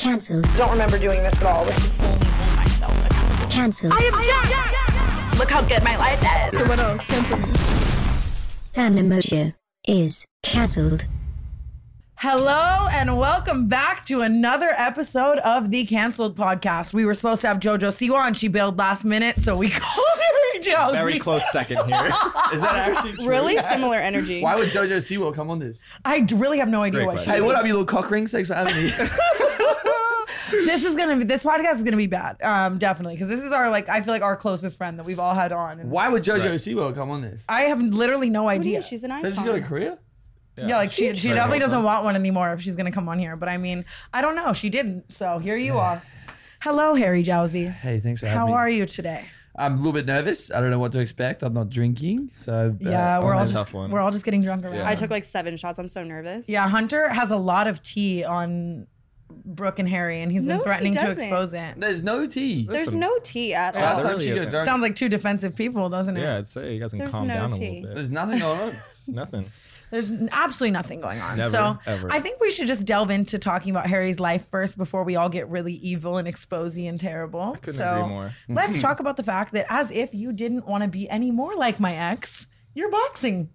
Cancel. Don't remember doing this at all. only hold myself accountable. Cancel. Look how good my life is. So what else? Cancel. Tanamosha is cancelled. Hello and welcome back to another episode of the Cancelled Podcast. We were supposed to have JoJo Siwa and she bailed last minute, so we called her JoJo. Very close second here. Is that actually true? Really similar energy. Why would JoJo Siwa come on this? I d- really have no idea Great what she question. did. Hey, what up, you little cock rings? Thanks for having me. This is gonna be this podcast is gonna be bad. Um, definitely. Cause this is our like I feel like our closest friend that we've all had on. And Why would JoJo Right. Siwa come on this? I have literally no What do you idea. mean? She's an icon. Has she got a career? yeah, like she she Very definitely wholesome. doesn't want one anymore if she's gonna come on here. But I mean, I don't know. She didn't. So here you are. Hello, Harry Jowsey. Hey, thanks for having How me. are you today? I'm a little bit nervous. I don't know what to expect. I'm not drinking, so uh, Yeah, we're all I'm a just- just tough one. we're all just getting drunk around. Yeah. I took like seven shots. I'm so nervous. Yeah, Hunter has a lot of tea on Brooke and Harry, and he's No, been he threatening to doesn't. expose it. There's no tea. There's Listen. no tea at all. Yeah, Last there time really she got isn't. drunk. Sounds like two defensive people, doesn't it? Yeah, I'd say you guys can There's calm no down tea. a little bit. There's nothing on it. Nothing. There's n- absolutely nothing going on. Never, so ever. I think we should just delve into talking about Harry's life first before we all get really evil and exposy and terrible. couldn't so agree more. let's talk about the fact that as if you didn't want to be any more like my ex, you're boxing.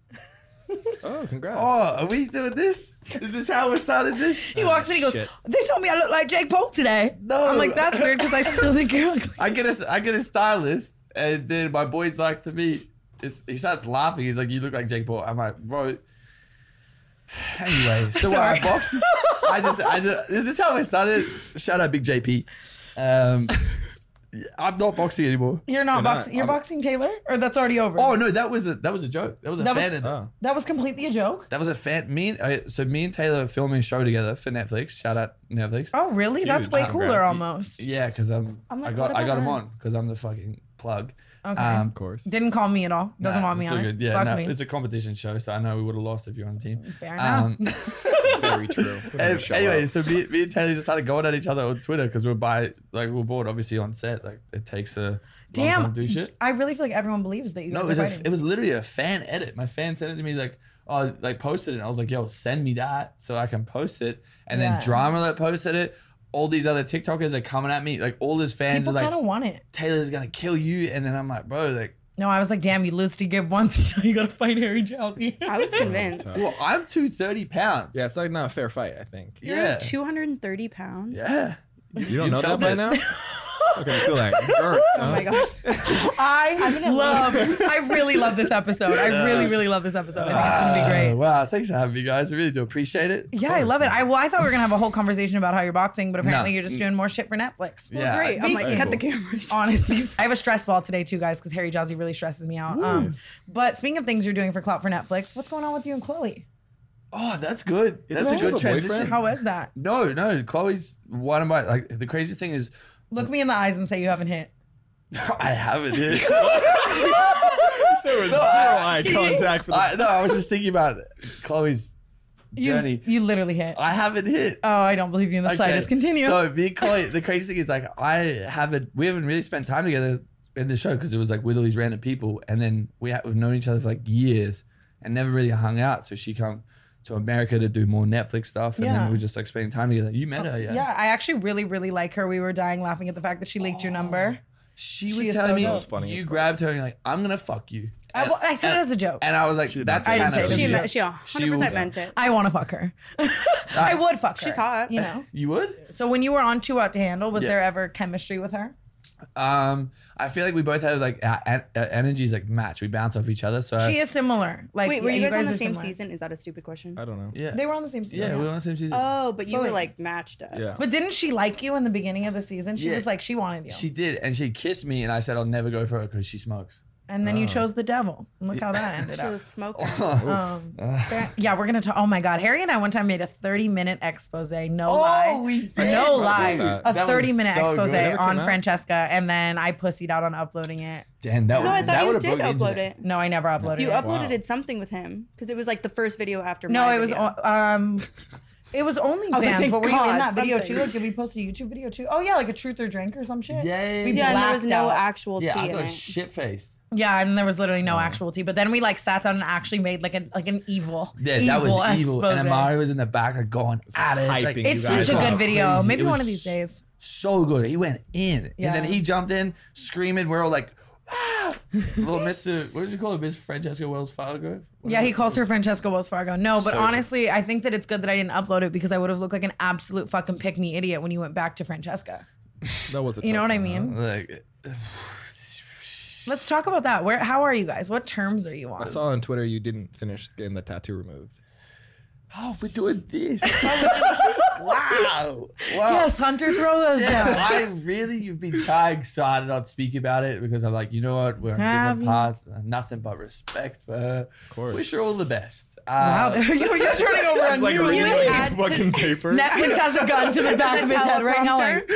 Oh, congrats. Oh, are we doing this? Is this how we started this? He walks in, he goes, shit. They told me I look like Jake Paul today. No. I'm like, that's weird because I still think you're ugly. I get a, I get a stylist, and then my boy's like to me, it's, he starts laughing. He's like, "You look like Jake Paul." I'm like, "Bro." Anyway, so when Sorry. I box, I just, I just, this is how I started. Shout out, Big JP. Um, I'm not boxing anymore. You're not You're not. boxing. You're I'm- boxing Taylor, or that's already over. Oh no, that was a that was a joke. That was a That was- fan. Oh. that was completely a joke. that was a fan. Me, and, uh, so me and Taylor are filming a show together for Netflix. Shout out Netflix. Oh, really? That's Huge. way Congrats. cooler, almost. Yeah, because I'm, I'm like, I what got I about got him us? on because I'm the fucking plug. Um, Okay. Of course. Didn't call me at all. Doesn't Nah, want me it's on all it. good. Yeah, Fuck no, me. it's um, a competition show, so I know we would have lost if you're on the team. Fair enough. Very true. We're gonna and- show anyway, up. so me, me and Taylor just started going at each other on Twitter because we're by like we're bored, obviously on set. Like it takes a long Damn. time to do shit. I really feel like everyone believes that you guys No, it are was a, fighting. it was literally a fan edit. My fan sent it to me. He's like, oh, like posted it. And I was like, yo, send me that so I can post it. And Yeah. then Drama that posted it. All these other TikTokers are coming at me. Like all his fans People are like, kind of want it. Taylor's gonna kill you. And then I'm like, bro, like, No, I was like, damn, you lose to give once, so you gotta fight Harry Chelsea. I was convinced. well, I'm 230 pounds. yeah, it's like not a fair fight, I think. You're Yeah. 230 pounds. Yeah. You don't know that felt by it. now? Okay, I feel like burnt. Oh my huh? god. I love. I really love this episode. I really, really love this episode. I think it's gonna be great. Oh, wow. Thanks for having me, guys. I really do appreciate it. Yeah, I love it. I well, I thought we were gonna have a whole conversation about how you're boxing, but apparently you're just doing more shit for Netflix. Mm. yeah. Great. I'm like, Speaking- cut the cameras. Honestly, I have a stress ball today too, guys, because Harry Jowsey really stresses me out. Um, but speaking of things you're doing for Clout for Netflix, what's going on with you and Chloe? Oh, that's good. That's a that your good boyfriend? transition. How is that? no, no. Chloe's one of my like. The craziest thing is, Look me in the eyes and say you haven't hit. I haven't. hit. There was zero eye contact for the I, no, I was just thinking about Chloe's You, journey. you literally hit. I haven't hit. Oh, I don't believe you in the Okay, slightest. Continue. So me and Chloe, the crazy thing is like I haven't. We haven't really spent time together in the show because it was like with all these random people, and then we ha- we've known each other for like years and never really hung out. So she come to America to do more Netflix stuff, and Yeah. then we just like spending time together. You met her, yeah? yeah, I actually really, really like her. We were dying laughing at the fact that she leaked your Oh, number. She She was is so telling me dope. That was funny you as fuck. grabbed her and you're like, I'm gonna fuck you. I, well, I said and- it as a joke. And I was like, that's I didn't kind of say She, Yeah. me- she 100% She will- meant it. I want to fuck her. I would fuck her. She's hot. You know. You would? So when you were on Too Out to Handle, was Yeah. there ever chemistry with her? Um, I feel like we both have like our, en- our energies like match. We bounce off each other. So She is similar. Like, Wait, were yeah, you guys, on are the same similar. season? Is that a stupid question? I don't know. yeah, They were on the same season. yeah, we were on the same season. Uh, Oh, but you Fully. were like matched up. Yeah. But didn't she like you in the beginning of the season? She Yeah. was like, she wanted you. she did, and she kissed me, and I said I'll never go for her because she smokes. and then you Uh. chose the devil. And Look how that ended She up. was smoking. Um, that- yeah, we're gonna talk. Oh my god, Harry and I one time made a thirty-minute expose. No lie. Oh, we No I lie. remember A that. That 30 was minute so expose good. It never came on out? Francesca, and then I pussied out on uploading it. Damn, that No, I would that thought you would did have upload it. No, I never uploaded You it. uploaded something with him because it was like the first video after. no, my it was video. o- um, it was OnlyFans. was like, but thank were you in God, that video something. too? Like, did we post a YouTube video too? Oh yeah, like a truth or drink or some shit. Yeah, yeah, we yeah. yeah, and there was blacked no out. actual tea Yeah, I in got it. shit faced. Yeah, and there was literally no actual tea. But then we like sat down and actually made like an like an evil. Yeah, that was evil. And expose. Amari was in the back, like going at it. like, Hyping It's You guys such a are good video. crazy. Maybe It one was of these days. so good. He went in, Yeah. and then he jumped in, screaming. We're all like, "Ah!" little Mister, what does he call it, Miss Francesca Wells Fargo? Yeah, he calls her Francesca Wells Fargo. No, but So- honestly, I think that it's good that I didn't upload it because I would have looked like an absolute fucking pick me idiot when you went back to Francesca. That was a You know tough what I one, huh? mean? Like, Let's talk about that. Where how are you guys? What terms are you on? I saw on Twitter you didn't finish getting the tattoo removed. oh, we're doing this. wow, wow. Yes, Hunter, throw those down. I really, you've been trying so hard to not speak about it because I'm like, you know what? We're on Have different you? paths. Uh, Nothing but respect for her. Of course. Wish her all the best. Wow, Uh, you, you're turning over a new leaf. had to- fucking paper. Netflix has a gun to the back of his head right now. Like,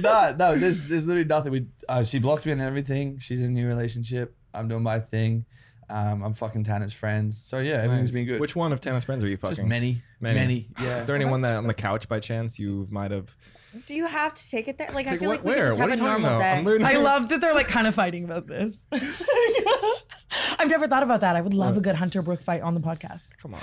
no, no, there's there's literally nothing. We uh, she blocked me on everything. She's in a new relationship. I'm doing my thing. Um, I'm fucking Tana's friends. So yeah, everything's been good. Which one of Tana's friends are you fucking? just many, many, Yeah. Is there anyone that on the couch by chance you might have? Do you have to take it there? Like, I Like, feel what- like we could just have a normal day. I'm literally. I love that they're like kind of fighting about this. I've never thought about that. I would love a good Hunter Brook fight on the podcast. Come on.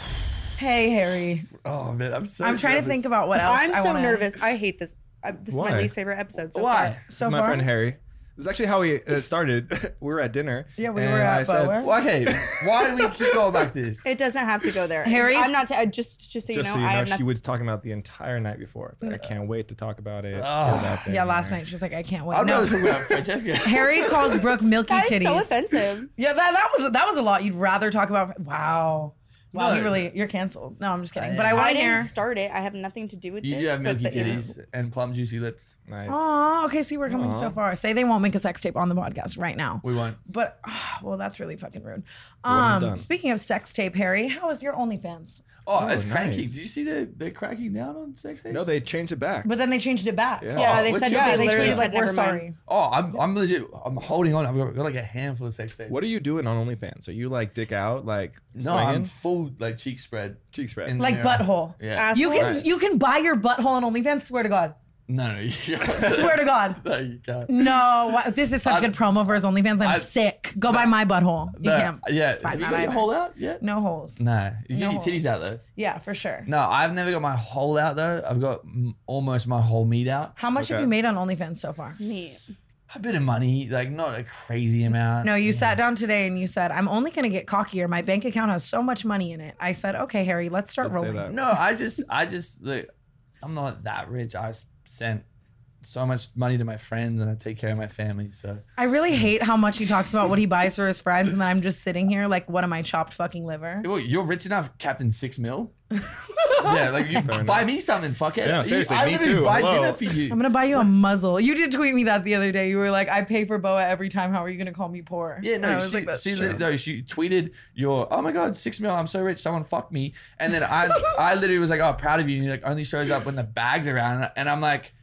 Hey, Harry. oh man, I'm so. I'm trying to nervous. think about what else. I'm I so wanna- nervous. I hate this. I, this is Why? my least favorite episode. So why. far. This So is my far, friend Harry. This is actually how we it started. we were at dinner. Yeah, we and were I at said, Bower. Well, Okay, why do we keep going back to this? It doesn't have to go there, Harry? I'm not. ta- uh, just, just so you Just know, so you I know, have she nothing. was talking about the entire night before. Like, I can't wait to talk about it. Ugh. Yeah, last night she was like, I can't wait. I'm Oh, No. not talking about Francesca. Harry calls Brooke milky That titties. is so offensive. Yeah, that, that was that was a lot. You'd rather talk about wow. Wow, No. you really you're canceled. No, I'm just kidding. But I want I to hear. didn't start it. I have nothing to do with You this. do have but milky the- it was- titties and plum juicy lips. Nice. Oh, okay. See, we're coming so Aw. far. Say they won't make a sex tape on the podcast right now. We won't. But ah, well, that's really fucking rude. have Um, done? speaking of sex tape, Harry, how is your OnlyFans? Oh, it's nice. cranking. Did you see the they're cracking down on sex tapes? No, they changed it back. But then they changed it back. Yeah. Yeah, Oh, they what's said your- Yeah, yeah, they they literally changed it. said We're never mind. sorry. Oh, I'm I'm legit. I'm holding on. I've got, got like a handful of sex tapes. what are you doing on OnlyFans? Are you like dick out, like No, I'm swinging, full like cheek spread. cheek spread? in Like there. butthole. Yeah. You can Right. you can buy your butthole on OnlyFans. Swear to God. No, no, you Swear to God. no, you can't. No, wha- this is such good promo for his OnlyFans. I'm I- sick. Go buy my butthole. You No, can't. yeah. buy Have you that got either. your hole out yet? No holes. No. You No get your titties out though. Yeah, for sure. No, I've never got my hole out though. I've got m- almost my whole meat out. How much have Okay. you made on OnlyFans so far? Neat. A bit of money, like not a crazy amount. No, you sat down today and you said, I'm only going to get cockier. My bank account has so much money in it. I said, okay, Harry, let's start Don't say rolling. that. No, I just, I just, like, I'm not that rich. I s- sent so much money to my friends and I take care of my family. So I really hate how much he talks about what he buys for his friends. And then I'm just sitting here like, what am I, chopped fucking liver? Well, you're rich enough, Captain Six Mil. yeah, like you Fair buy enough. me something, fuck it. Yeah, You- seriously, I me literally too, Buy hello. dinner for you. I'm going to buy you a muzzle. You did tweet me that the other day. You were like, I pay for Boa every time. How are you going to call me poor? yeah, And I no, was she, like, "That's she true." lit- no, she tweeted your oh my god, six mil, I'm so rich, someone fuck me. And then I I literally was like, Oh, proud of you. And you like only shows up when the bag's around and I'm like,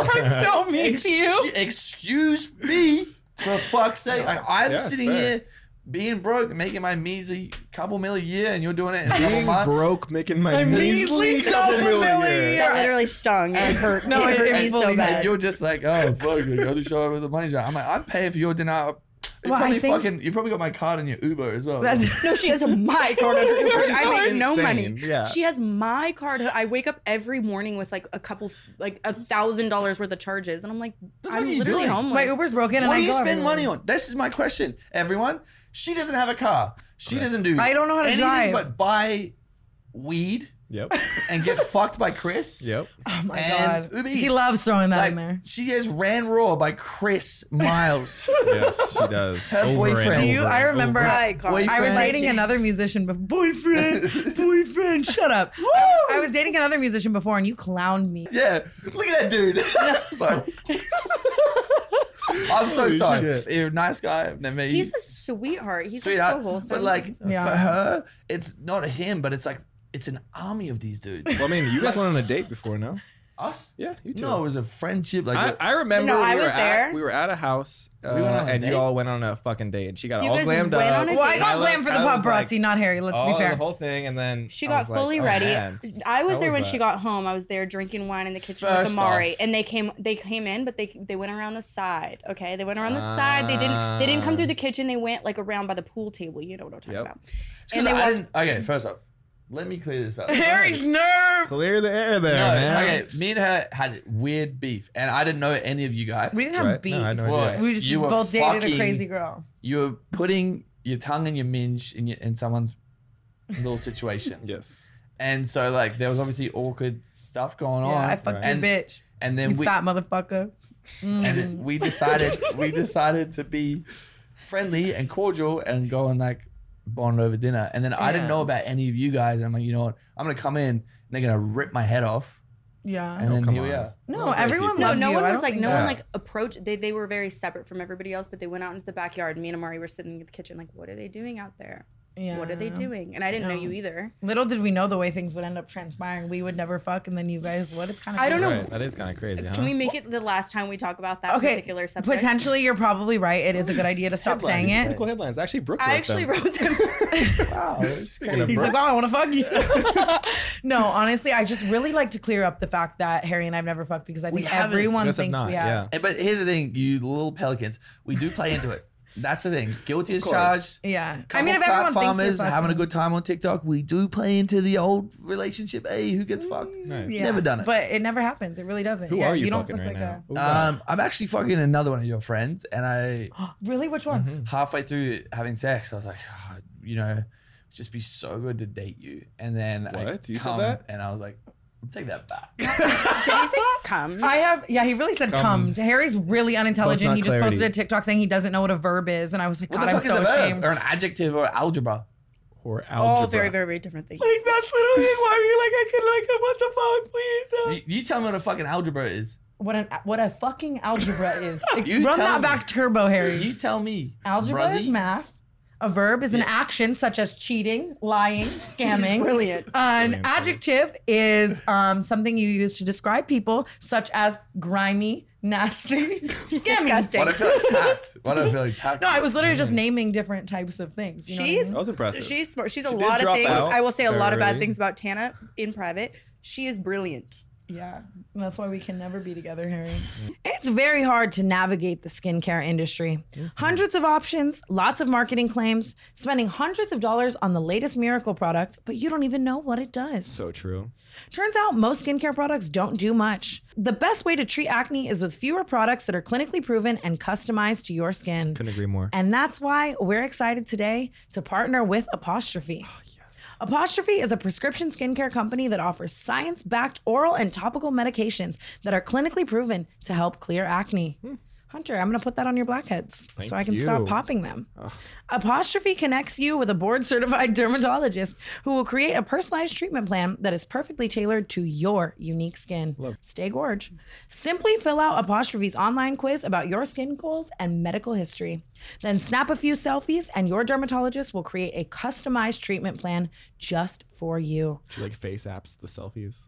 I'm so mean Ex- to you. excuse me for fuck's sake. Like, I'm Yeah, it's sitting fair. here being broke, making my measly couple mil a year, and you're doing it in a couple Being months. broke, making my I'm measly couple million. That literally stung and hurt. No, No, it it- hurt it me so fully- And bad. you're just like, oh fuck, like, I'll just show up with the money's right. I'm like, I'm paying for your dinner. You Well, I probably think- fucking, you probably got my card in your Uber as well. That's, No, she has my card. under- Which is I make no insane, money. yeah. She has my card. I wake up every morning with like a couple, like a thousand dollars worth of charges, and I'm like, The fuck are I'm you literally doing? homeless. my Uber's broken. and what I do you go spend everywhere. money on? This is my question, everyone. She doesn't have a car. She doesn't do. I don't know how to anything drive. but buy weed Yep. and get fucked by Chris. Yep. Oh my And God. Uber He Eats. loves throwing that Like, in there. she gets ran raw by Chris Miles. Yes, she does. Her boyfriend. Do you? I remember. my card. I was Boyfriend. dating another musician before. Boyfriend, boyfriend, shut up. I was dating another musician before, and you clowned me. Yeah, look at that dude. sorry. I'm so Holy sorry. shit. You're a nice guy. Then maybe He's a sweetheart. He's like, sweetheart. so wholesome. But like Yeah. for her, it's not him, but it's like it's an army of these dudes. Well, I mean, you guys went on a date before, no? Us? Yeah, you two. No, it was a friendship. Like, I, a- I remember No, we, I were was there. At, we were at a house uh, went on a and date? you all went on a fucking date and she got You all guys glammed went up. on a Well, I date. got Kyla- glammed for the Kyla's paparazzi, like, not Harry. Let's all be fair. the whole thing and then She I got was like, fully oh, ready. man. I was How there was when that? she got home. I was there drinking wine in the kitchen First with Amari, off- and they came. They came in, but they they went around the side. Okay, they went around the side. They didn't. They didn't come through the kitchen. They went like around by the pool table. You know what I'm talking Yep. about. Cause And they I walked. didn't- okay, first off, let me clear this up. Harry's nerve. Clear the air there, No, man. okay, me and her had weird beef, and I didn't know any of you guys. We didn't have Right? beef. No, I had no Boy. idea. we just You were both dated a fucking- crazy girl. You were putting your tongue in your minge in, your, in someone's little situation. Yes. And so, like, there was obviously awkward stuff going Yeah, on. I fucked and, your bitch. And You then we, fat motherfucker. and then we decided we decided to be friendly and cordial and go and like bond over dinner. And then I didn't Yeah. know about any of you guys. And I'm like, you know what? I'm gonna come in and they're gonna rip my head off. Yeah. And then Oh, come here we on. are. no, everyone No, loved no you. one I was don't like, think no that- one like approached. They, they were very separate from everybody else, but they went out into the backyard. Me and Amari were sitting in the kitchen, like, what are they doing out there? Yeah. What are they doing? And I didn't know No. you either. Little did we know the way things would end up transpiring. We would never fuck, and then you guys would. It's kind of I don't know. Right. That is kind of crazy, huh? Can we make it the last time we talk about that Okay, particular subject? potentially you're probably right. It is a good idea to stop saying Headlines. it. Critical headlines. Actually, Brooke I wrote actually them. wrote them. Wow, it's Speaking of He's Brooke, like, wow, I want to fuck you. no, honestly, I just really like to clear up the fact that Harry and I've never fucked because I think haven't. everyone Yes, I'm thinks not, we have. yeah. And- But here's the thing, you little pelicans, we do play into it. That's the thing. Guilty as course. charged. Yeah. I Couple mean, if fat everyone farmers thinks you're having a fucking- good time on TikTok, we do play into the old relationship. Hey, who gets fucked? Nice. Yeah, Never done it. But it never happens. It really doesn't. Who Yeah, are you, don't fucking look right like now? Who are- Um, I'm actually fucking another one of your friends, and I a- really? Which one? halfway through having sex, I was like, "Ah, you know, it'd just be so good to date you. And then I What? You said come that? and I was like, I'll take that back. Did he say come? I have, yeah, he really said come. Harry's really unintelligent. not He just clarity. posted a TikTok saying he doesn't know what a verb is. And I was like, What God, the I'm fuck so is a verb? ashamed. or an adjective or algebra? or All algebra. very, very, very different things. Like, that's literally why we like, I could, like, what the fuck, please? You, you tell me what a fucking algebra is. What, an, what a fucking algebra is. Ex- You Run tell that me. back turbo, Harry. You tell me. algebra Bruzzy. is math. A verb is an action such as cheating, lying, scamming. Brilliant. An Brilliant, adjective is um, something you use to describe people, such as grimy, nasty, scamming. Disgusting. What I feel like tapped. What I feel like tapped. No, I was literally Mm. just naming different types of things. You know what I She's- That was impressive. She's smart. She's a did lot of drop things. out I will say a lot of bad early. things about Tana in private. She is brilliant. mean? yeah, And that's why we can never be together, Harry. Mm. It's very hard to navigate the skincare industry. Mm-hmm. Hundreds of options, lots of marketing claims, spending hundreds of dollars on the latest miracle product, but you don't even know what it does. so true. Turns out most skincare products don't do much. The best way to treat acne is with fewer products that are clinically proven and customized to your skin. Couldn't agree more. And that's why we're excited today to partner with Apostrophe. Apostrophe is a prescription skincare company that offers science backed oral and topical medications that are clinically proven to help clear acne. Hunter, I'm going to put that on your blackheads so I can stop you. popping them. Apostrophe connects you with a board certified dermatologist who will create a personalized treatment plan that is perfectly tailored to your unique skin. Stay gorge. Simply fill out Apostrophe's online quiz about your skin goals and medical history. Then snap a few selfies, and your dermatologist will create a customized treatment plan just for you. She like face apps the selfies.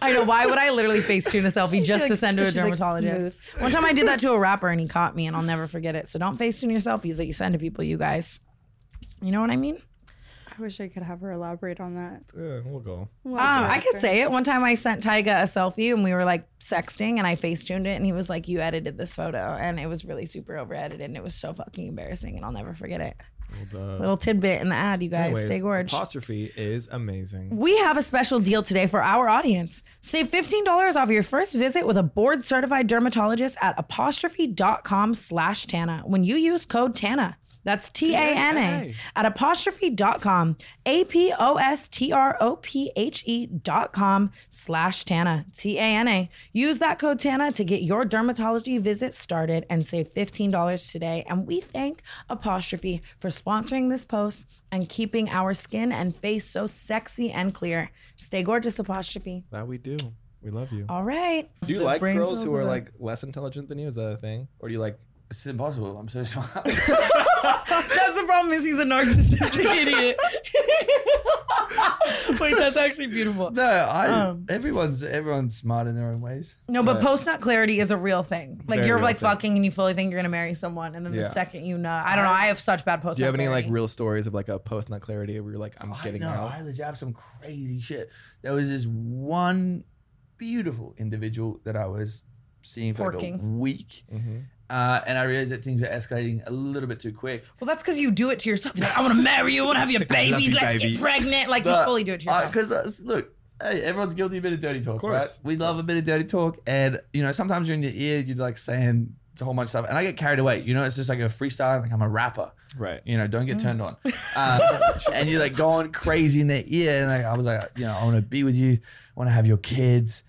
I know. Why would I literally face tune a selfie just to looks- send to a she looks dermatologist? One time I did that to a rapper and he caught me, and I'll never forget it. So don't face tune your selfies that you send to people, you guys. You know what I mean? I wish I could have her elaborate on that. Yeah, we'll go. Um, I could say it. One time I sent Tyga a selfie and we were like sexting and I face tuned it and he was like, You edited this photo. And it was really super over edited and it was so fucking embarrassing and I'll never forget it. Little tidbit in the ad, you guys. Anyways, Stay gorge. Apostrophe is amazing. We have a special deal today for our audience. Save $15 off your first visit with a board certified dermatologist at apostrophe.com slash Tana when you use code Tana. That's T A N A at apostrophe.com, A P O S T R O P H E dot com slash Tana, T A N A. Use that code Tana to get your dermatology visit started and save $15 today. And we thank Apostrophe for sponsoring this post and keeping our skin and face so sexy and clear. Stay gorgeous, Apostrophe. That we do. We love you. All right. Do you like brain girls cells who of are the- like less intelligent than you? Is that a thing? Or do you like It's impossible. I'm so smart. That's the problem is he's a narcissistic idiot. Wait, that's actually beautiful. No, I. Um. everyone's everyone's smart in their own ways. No, but post nut clarity is a real thing. Like Uh, Very you're real like thing. fucking and you fully think you're gonna marry someone, and then Yeah. the second you know, I don't know. I have such bad post. Do you have any like real stories of like a post nut clarity where you're like, I'm getting I know, out? I legit have some crazy shit. There was this one beautiful individual that I was seeing for like a Forking. week, Mhm. uh, and I realized that things were escalating a little bit too quick. Well, that's because you do it to yourself. You're like, I want to marry you. I want to have your It's like, I love babies. you, Let's baby. uh, get pregnant. Like you fully do it to yourself. Because uh, look, hey, everyone's guilty of a bit of dirty talk, course, right? of We love a bit of dirty talk, and you know sometimes you're in your ear, you're like saying a whole bunch of stuff, and I get carried away. You know, it's just like a freestyle, like I'm a rapper. Right. You know, Mm. don't get turned on. Uh, and you're like going crazy in their ear. And like, I was like, you know, I want to be with you. I want to have your kids.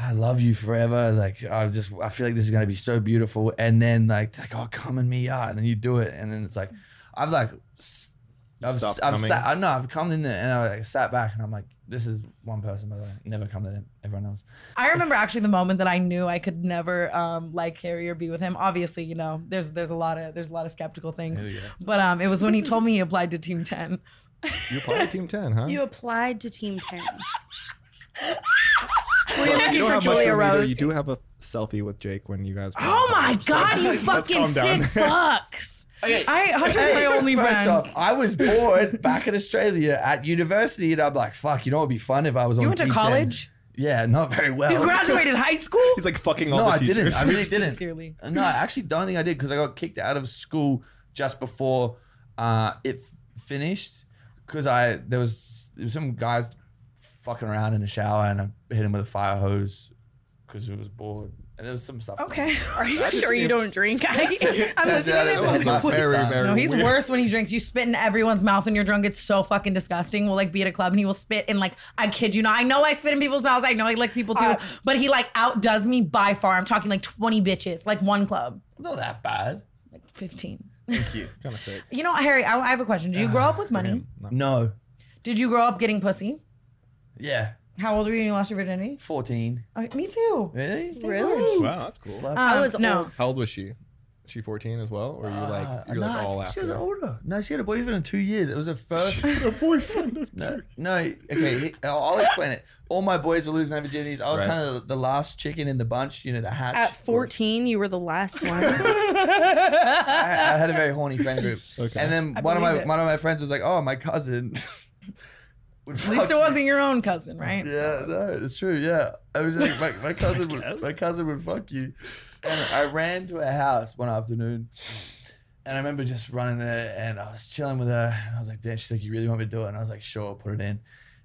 I love you forever. Like, I just, I feel like this is going to be so beautiful. And then like, they're like, oh, come and me out. And then you do it. And then it's like, I've like, s- I've, Stopped s- I've coming. sat, I know I've come in there and I like, sat back and I'm like, this is one person, by the way. Never come to them, everyone else. I remember actually the moment that I knew I could never um, like Harry or be with him. Obviously, you know, there's there's a lot of there's a lot of skeptical things. There you go. But um, it was when he told me he applied to Team Ten. You applied to Team 10, huh? You applied to Team 10. Well, looking you don't for have much Julia of them either. Rose. You do have a selfie with Jake when you guys were Oh my So- god, you Let's fucking calm down. sick fucks! I Hunter's my only First friend. off, I was bored back in Australia at university, and I'm like, "Fuck, you know what'd be fun if I was on." you went to G10." college. Yeah, not very well. You graduated high school. He's like fucking all No, the I teachers. didn't. I really didn't. Sincerely. No, I actually don't think I did because I got kicked out of school just before uh, it f- finished because I there was, there was some guys fucking around in the shower, and I hit him with a fire hose because it was bored, and there was some stuff. going on. Okay. Are you That just sure you seemed- don't drink? I, I'm Turns out listening it to was this. not and- very, son. very No, he's weird. worse when he drinks. You spit in everyone's mouth when you're drunk. It's so fucking disgusting. We'll like be at a club and he will spit in like I kid you not. I know I spit in people's mouths. I know I lick people too, Uh, but he like outdoes me by far. I'm talking like 20 bitches, like one club, Not that bad. like 15. Thank you. Kind of sick. You know, Harry, I, I have a question. Did you grow up with money? no. Did you grow up getting pussy? Yeah. How old were you when you lost your virginity? Fourteen. Oh, me too. Really? Really? Wow, that's cool. Slut. I Um, was no. old. How old was she? She 14 as well, or you Uh, like you're no, I like all think after? She was her? older. No, she had a boyfriend in two years. It was her first. a boyfriend. no, no, okay. he- I'll, I'll explain it. All my boys were losing their virginities. I was Right. kind of the last chicken in the bunch. You know, the hatch. At 14, you were the last one. I, I had a very horny friend group. Okay. And then I one of my believe it. one of my friends was like, "Oh, my cousin." would At least fuck it wasn't your own cousin, right? Yeah, no, it's true. Yeah, I was like, my, my cousin would my cousin would fuck you. And I ran to her house one afternoon, and I remember just running there, and I was chilling with her, and I was like, "Damn," she's like, "You really want me to do it?" And I was like, "Sure, put it in."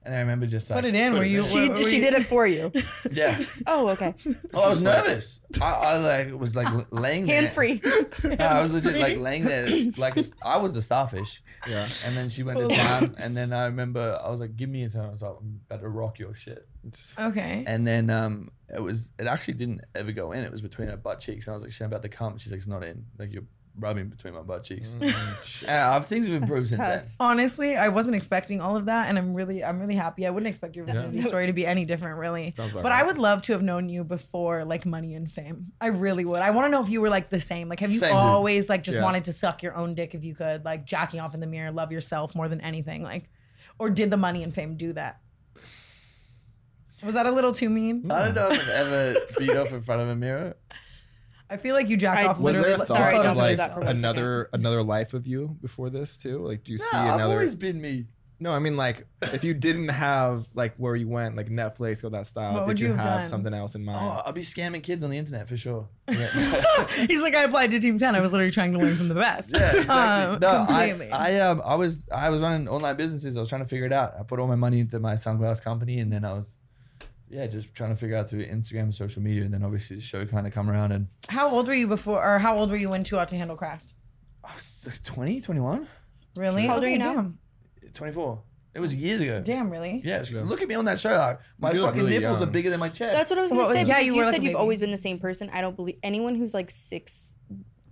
And I remember just like, Put it in. Were you? She, were she you- did it for you. Yeah, Oh, okay. well, I was nervous. I, I like was like l- laying there. Hands free. No, I was legit like laying there, like a s- I was the starfish. Yeah. And then she went Oh. to town, and then I remember I was like, "Give me a turn." I was like, "I'm about to rock your shit." Just- Okay. And then um, it was it actually didn't ever go in. It was between her butt cheeks, and I was like, "Shit, I'm about to come." She's like, "It's not in. Like you're rubbing between my butt cheeks." Mm. And uh, things have improved since then. tough. Honestly, I wasn't expecting all of that, and I'm really, I'm really happy. I wouldn't expect your virginity story to be any different, really. Sounds about But I right. would love to have known you before, like money and fame. I really would. I want to know if you were like the same. Like, have you Same, dude. always like just Yeah. wanted to suck your own dick if you could, like jacking off in the mirror, love yourself more than anything, like, or did the money and fame do that? Was that a little too mean? I don't know if I've ever beat off in front of a mirror. I feel like you jack I- off was literally. there a like, thought sorry, of photos like that for one another another life of you before this too? Like, do you see Nah, I've another? always been me. No, I mean like if you didn't have like where you went, like Netflix or that style, What did would you, you have have done? something else in mind? Oh, I'll be scamming kids on the internet for sure. Yeah, He's like, I applied to Team Ten. I was literally trying to learn from the best. exactly. Um, no, completely. I, I um, I was I was running online businesses. I was trying to figure it out. I put all my money into my sunglass company, and then I was, yeah, just trying to figure out through Instagram and social media, and then obviously the show kind of come around and. How old were you before, or how old were you when Too Out to Handle Craft? I was like 20, 21, Really? How old are you now? Damn. 24. It was years ago. Damn, really? Yeah, it was- look at me on that show. Like, my You look fucking really nipples young. are bigger than my chest. That's what I was going Well, to say. yeah, Yeah, you you, were like a said you've baby. always been the same person. I don't believe anyone who's like six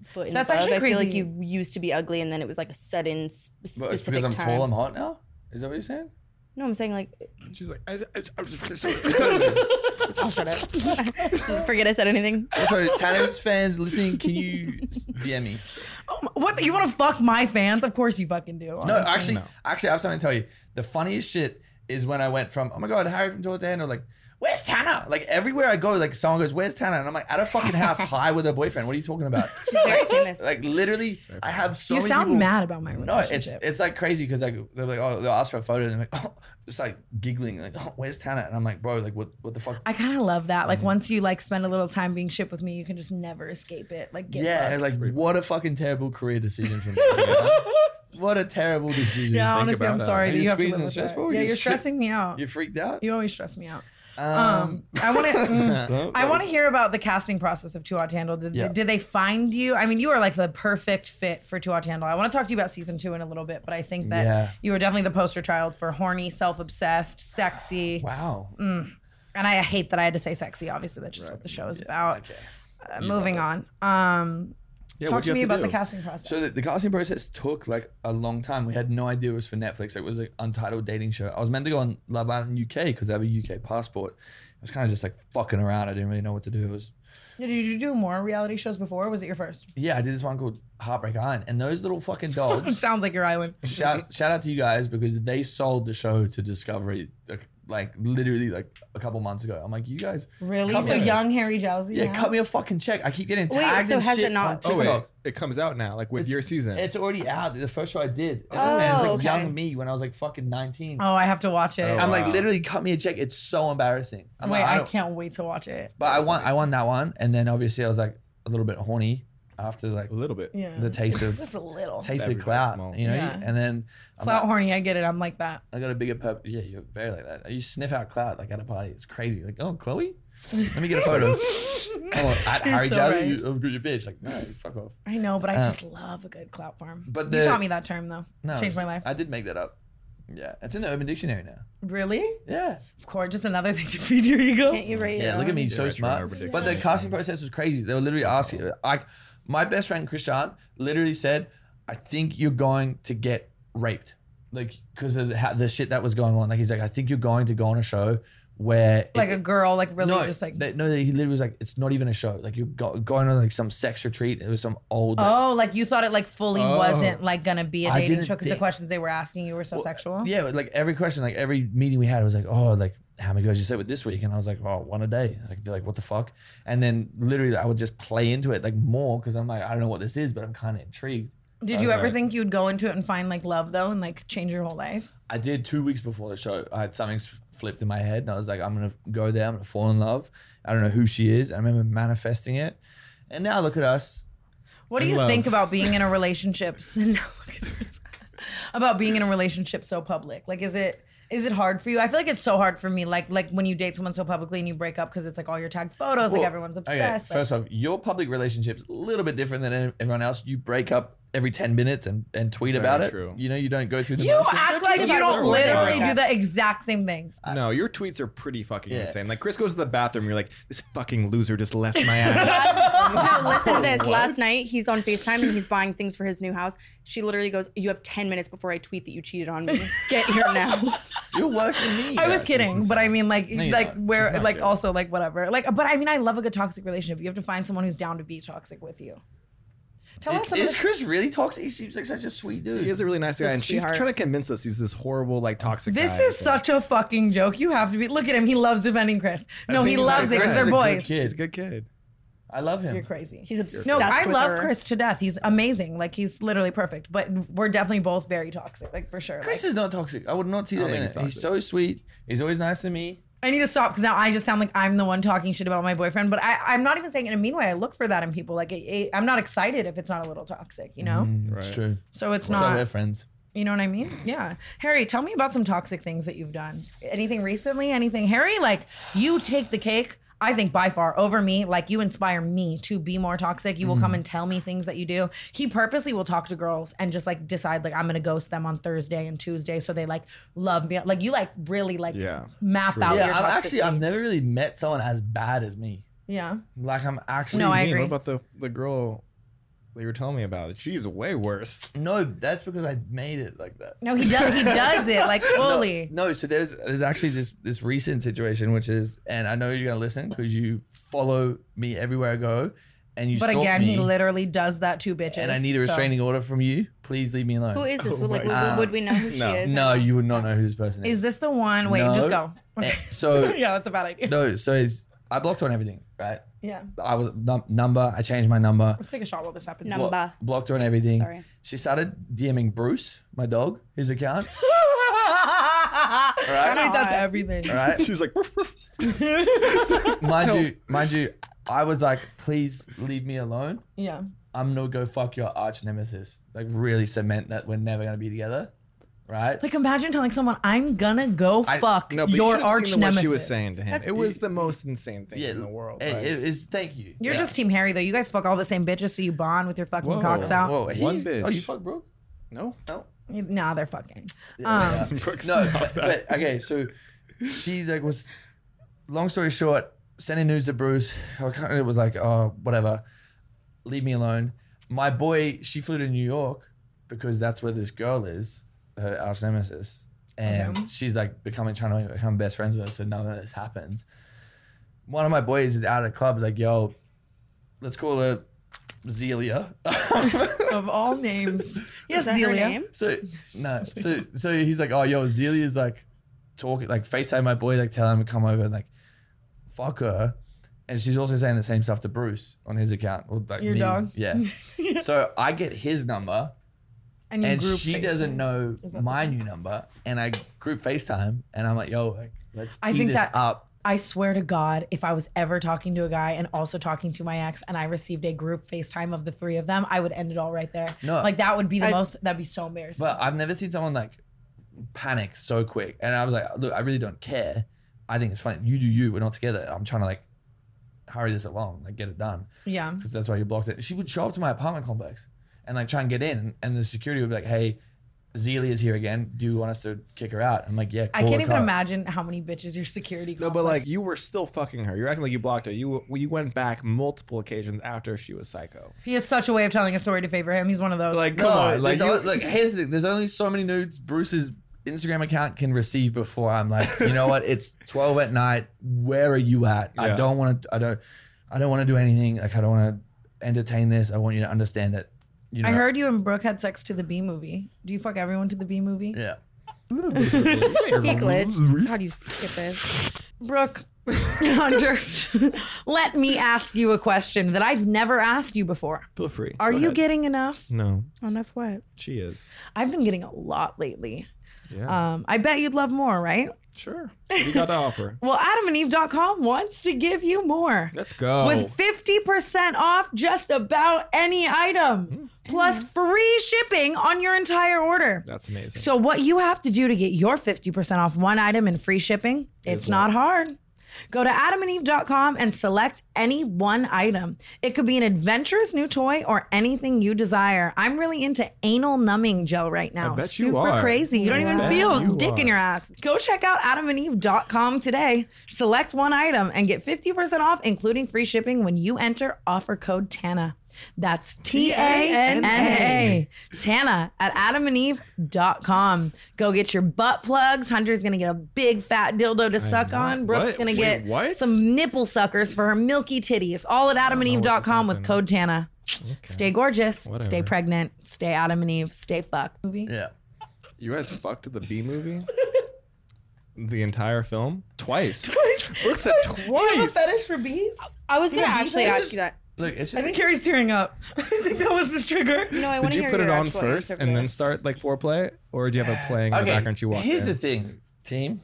foot. And That's above, actually I feel like crazy. you used to be ugly and then it was like a sudden sp- But it's specific because I'm time. tall, I'm hot now. Is that what you're saying? No, I'm saying like, She's like, I, I, I was- forget I said anything. So Thanos fans listening, can you s- DM me? Oh my- what you want to fuck my fans? Of course you fucking do. No, actually, actually, I have something to tell you. The funniest shit is when I went from, oh my god, Harry from Door to Handle, like, where's Tana? Like everywhere I go, like someone goes, where's Tana? And I'm like, at a fucking house, high with her boyfriend. What are you talking about? She's very famous. like literally, I have so. you many sound people- mad about my No, relationship. it's it's like crazy because like they're like, oh, they'll ask for a photo and I'm like, oh, just like giggling, like, oh, where's Tana? And I'm like, bro, like, what what the fuck? I kind of love that. Mm-hmm. Like once you like spend a little time being shit with me, you can just never escape it. Like get yeah, fucked. like what a fucking terrible career decision from me. uh, what a terrible decision. yeah. think Honestly, about I'm that. sorry Are that you you have to squeezing live the with stress that. ball? Yeah, You you're stress- stressing me out. You freaked out? You always stress me out. Um, Um, I want to. no, I that want was- to hear about the casting process of Two Hot to Handle. Did, Yeah. did they find you? I mean, you are like the perfect fit for Two Hot to Handle. I want to talk to you about season two in a little bit, but I think that Yeah. you were definitely the poster child for horny, self-obsessed, sexy. Wow. Mm. And I hate that I had to say sexy. Obviously, that's just what the show is about. Okay. Uh, moving on. Um, Yeah, talk what'd to you me have about the do? casting process. So the, the casting process took like a long time. We had no idea it was for Netflix. It was an untitled dating show. I was meant to go on Love Island UK because I have a UK passport. I was kind of just like fucking around. I didn't really know what to do. It was Did you do more reality shows before? Or was it your first? yeah. I did this one called Heartbreak Island, and those little fucking It dogs. sounds like your island. shout shout out to you guys because they sold the show to Discovery like, like literally like a couple months ago. I'm like, you guys, Really? Cut so me a- young Harry Jowsey? yeah, now? cut me a fucking check. I keep getting Wait, tagged so and has shit it not- on Oh, wait. TikTok. It comes out now, like with It's- your season. It's already out. The first show I did, and it's like Oh, okay. young me when I was like fucking 19. Oh, I have to watch it. Oh, I'm like Wow. literally cut me a check. It's so embarrassing. I'm Wait, like, I, I, don't- can't wait to watch it. But I won. I won that one, and then obviously I was like a little bit horny after like a little bit. Yeah. the taste of Just a little. taste of Everybody's clout, small. you know. Yeah. And then I'm Clout like, horny, I get it. I'm like that. I got a bigger purpose. Yeah, you're very like that. You sniff out clout like at a party. It's crazy. Like, oh, Chloe, let me get a photo. oh, at You're Harry so Jowsey, right. you, oh, you're a bitch. Like, no, fuck off. I know, but I Uh, just love a good clout farm. but you the- taught me that term though. No, Changed my life. I did make that up. Yeah, it's in the Urban Dictionary now. really? Yeah. Of course, just another thing to feed your ego. Can't you rate Yeah, it? look at me, Yeah, so restaurant are smart. ridiculous. But the casting process was crazy. They were literally asking, like, my best friend Christian literally said, "I think you're going to get raped," like because of how, the shit that was going on. Like he's like, "I think you're going to go on a show where Like a girl, like really no, just like they- no." He literally was like, "It's not even a show. Like you're go- going on like some sex retreat. It was some old." like- Oh, like you thought it like fully Oh. wasn't like gonna be a I dating didn't show because the think- questions they were asking you were so Well, sexual. Yeah, like every question, like every meeting we had was like, oh, like how many girls you slept with this week? And I was like, oh, one a day. Like they're like, what the fuck? And then literally, I would just play into it like more because I'm like, I don't know what this is, but I'm kind of intrigued. Did you Okay. ever think you'd go into it and find like love though and like change your whole life? I did two weeks before the show. I had something s- flipped in my head, and I was like, I'm gonna go there. I'm gonna fall in love. I don't know who she is. I remember manifesting it, and now look at us. What do And you love. think about being in a relationship? s- no, look at this. about being in a relationship so public. Like, is it is it hard for you? I feel like it's so hard for me. Like like when you date someone so publicly and you break up because it's like all your tagged photos. like Well, everyone's okay, obsessed. like- first off, your public relationship's a little bit different than everyone else. You break up every 10 minutes and, and tweet Very about it. true. You know, you don't go through the you motions. act like you about don't it before they literally break do up. the exact same thing. No, your tweets are pretty fucking Yeah. insane. Like Chris goes to the bathroom, you're like, this fucking loser just left my ass. Last- no, listen to this. Last night, he's on FaceTime and he's buying things for his new house. She literally goes, You have 10 minutes before I tweet that you cheated on me. Get here now. You're worse than me. I was kidding, but I mean, like, you're like not. where, not like, good. also, like, whatever, like, but I mean, I love a good toxic relationship. You have to find someone who's down to be toxic with you. Tell us Is, some. of is the- Chris really toxic? He seems like such a sweet dude. he is a really nice guy, and she's sweetheart. trying to convince us he's this horrible, like toxic. This guy. is such a fucking joke. You have to be. Look at him. He loves defending Chris. No, think he he's like, loves it because Chris is they're a good boys. He's a good kid. I love him. You're crazy. He's obsessed. no, I with love her. Chris to death. He's amazing. Like he's literally perfect. But we're definitely both very toxic. Like for sure. Chris Like, is not toxic. I would not see I don't that in think it. he's He's so sweet. He's always nice to me. I need to stop because now I just sound like I'm the one talking shit about my boyfriend. But I, I'm not even saying it in a mean way. I look for that in people. Like it, it- I'm not excited if it's not a little toxic. You know. Mm-hmm. It's true. So it's So they're not. friends. You know what I mean? Yeah. Harry, tell me about some toxic things that you've done. Anything recently? Anything? Harry, like you take the cake. I think by far over me, like you inspire me to be more toxic. You will Mm. come and tell me things that you do. He purposely will talk to girls and just like decide like I'm gonna ghost them on Thursday and Tuesday so they like love me. Like you like really like Yeah, map out your Yeah, I'm toxicity. actually, I've never really met someone as bad as me. yeah. Like I'm actually. No, I What agree. about the the girl that you were telling me about. She's way worse. No, that's because I made it like that. No, he does. He does it like fully. No, so there's there's actually this this recent situation which is, and I know you're gonna listen because you follow me everywhere I go, and you. But stalk again, me, he literally does that to bitches. And I need a so- restraining order from you. Please leave me alone. Who is this? Oh like, my would, God. would we know who No. she is? No, you would not know who this person Is is. this the one? Wait, No. just go. Eh, So yeah, that's a bad idea. no, so it's, I blocked on everything, right? Yeah, I was num- number. I changed my number. let's take a shot while this happens. Number. Blo- blocked her on everything. Sorry. She started DMing Bruce, my dog, his account. I Right. think that's everything. All right. She's like, mind you, mind you, I was like, please leave me alone. Yeah. I'm gonna go fuck your arch nemesis. Like really cement that we're never gonna be together, right? Like imagine telling someone, "I'm gonna go I- fuck no, but your you arch arch seen nemesis." What she was saying to him. That's- it was the most insane thing in the world. It, like- it is. Thank you. You're Yeah. just Team Harry though. You guys fuck all the same bitches, so you bond with your fucking Whoa. cocks out. Whoa, he- One bitch. Oh, you fuck, Um, bro. no, No. Nah, they're fucking. Yeah, yeah. Brooke's no, not but, that. but, okay, so she like was long story short, sending news to Bruce. I can't, it was like, oh, whatever, leave me alone. My boy, she flew to New York because that's where this girl is, her arch nemesis, and Okay. she's like becoming trying to become best friends with her. So none of this happens. One of my boys is out of the club, like, yo, let's call her Zelia. of all names. Yes, Is that her Zelia. name? So no, so so he's like, oh yo, Zelia's like talking, like Facetime my boy, like tell him to come over, and like fuck her, and she's also saying the same stuff to Bruce on his account. Or like Your me. dog? yeah. so I get his number, And, you and group she Facetime. doesn't know that my new number, and I group Facetime, and I'm like, yo, like let's I tee think this that- up. I swear to God, if I was ever talking to a guy and also talking to my ex, and I received a group FaceTime of the three of them, I would end it all right there. No. like that would be the I- most. That'd be so embarrassing. But I've never seen someone like panic so quick. And I was like, look, I really don't care. I think it's funny. You do you. We're not together. I'm trying to like hurry this along, like get it done. yeah, because that's why you blocked it. She would show up to my apartment complex and like try and get in, and the security would be like, "Hey, Zelia's here again. Do you want us to kick her out?" I'm like, "Yeah." I call can't the even cop." imagine how many bitches your security. no, but complex- like you were still fucking her. You're acting like you blocked her. You you went back multiple occasions after she was psycho. he has such a way of telling a story to favor him. He's one of those. Like, No, come on, like, there's you, al- like, here's the thing. There's only so many nudes Bruce's Instagram account can receive before I'm like, you know what? It's 12 at night. Where are you at? I Yeah. don't want to. I don't. I don't want to do anything. Like I don't want to entertain this. I want you to understand that. You know. I heard you and Brooke had sex to the B movie. Do you fuck everyone to the B movie? Yeah. He glitched. How do you skip this? Brooke, Hunter, let me ask you a question that I've never asked you before. feel free. Are Go you ahead. getting enough? No, Enough what? she is. I've been getting a lot lately. Yeah, Um, I bet you'd love more, right? sure. What do you got to offer? Well, adamandeve.com wants to give you more. Let's go. With 50% off just about any Hmm. item, plus free shipping on your entire order. That's amazing. So, what you have to do to get your 50% off one item and free shipping, it's not hard. Go to adamandeve.com and select any one item. It could be an adventurous new toy or anything you desire. I'm really into anal numbing gel right now. bet you Super are. crazy. You don't even bet feel you dick in are. your ass. Go check out adamandeve.com today. Select one item and get 50% off, including free shipping, when you enter offer code TANA. That's T A N A. Tana at adamandeve.com. Go get your butt plugs. Hunter's going to get a big fat dildo to suck on. Brooke's what? going to Wait, get what? some nipple suckers for her milky titties. All at adamandeve.com with code Tana. Stay gorgeous. Stay Whatever. pregnant. Stay Adam and Eve. Stay fucked. Movie. Yeah. You guys fucked the B movie? the entire film? Twice. Looks at twice. for bees? I was gonna Yeah, you actually guys ask just- you that. Look, it's just. Harry's tearing up. I think that was his trigger. No, I Did want to you hear put it your on actual first answer for and then this. start like foreplay? Or did you have it playing in the background you walked here's in? the thing, team.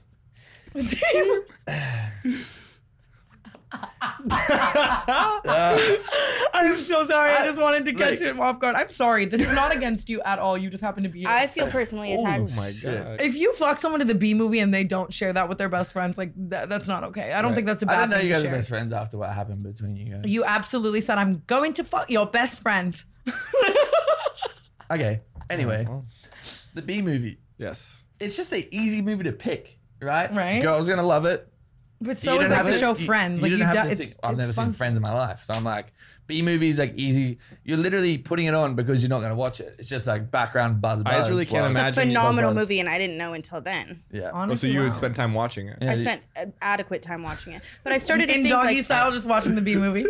I'm so sorry. I just wanted to catch catch like- it off guard. I'm sorry. This is not against you at all. You just happen to be. I feel personally Oh attacked. my Shit. god. If you fuck someone to the B movie and they don't share that with their best friends, like that, that's not okay. I don't think that's a I bad didn't know thing you to guys were share. best friends after what happened between you guys. You absolutely said, "I'm going to fuck your best friend." Okay. Anyway, Oh, the B movie. Yes. Oh, It's just an easy movie to pick, right? Right. Girls gonna love it. But You so is don't like have the to- show you- Friends. You, like don't have do- to think, I've never seen Friends in my life, so I'm like, B movies like easy. You're literally putting it on because you're not gonna watch it. It's just like background buzz. buzz I just really can't buzz. imagine- It's a Imagine you- phenomenal Buzz. movie, and I didn't know until then. Yeah. Oh, so Honestly, you wow. would spend time watching it. Yeah, I you- spent uh, adequate time watching it, but I started to in think doggy like, style just watching the B movie.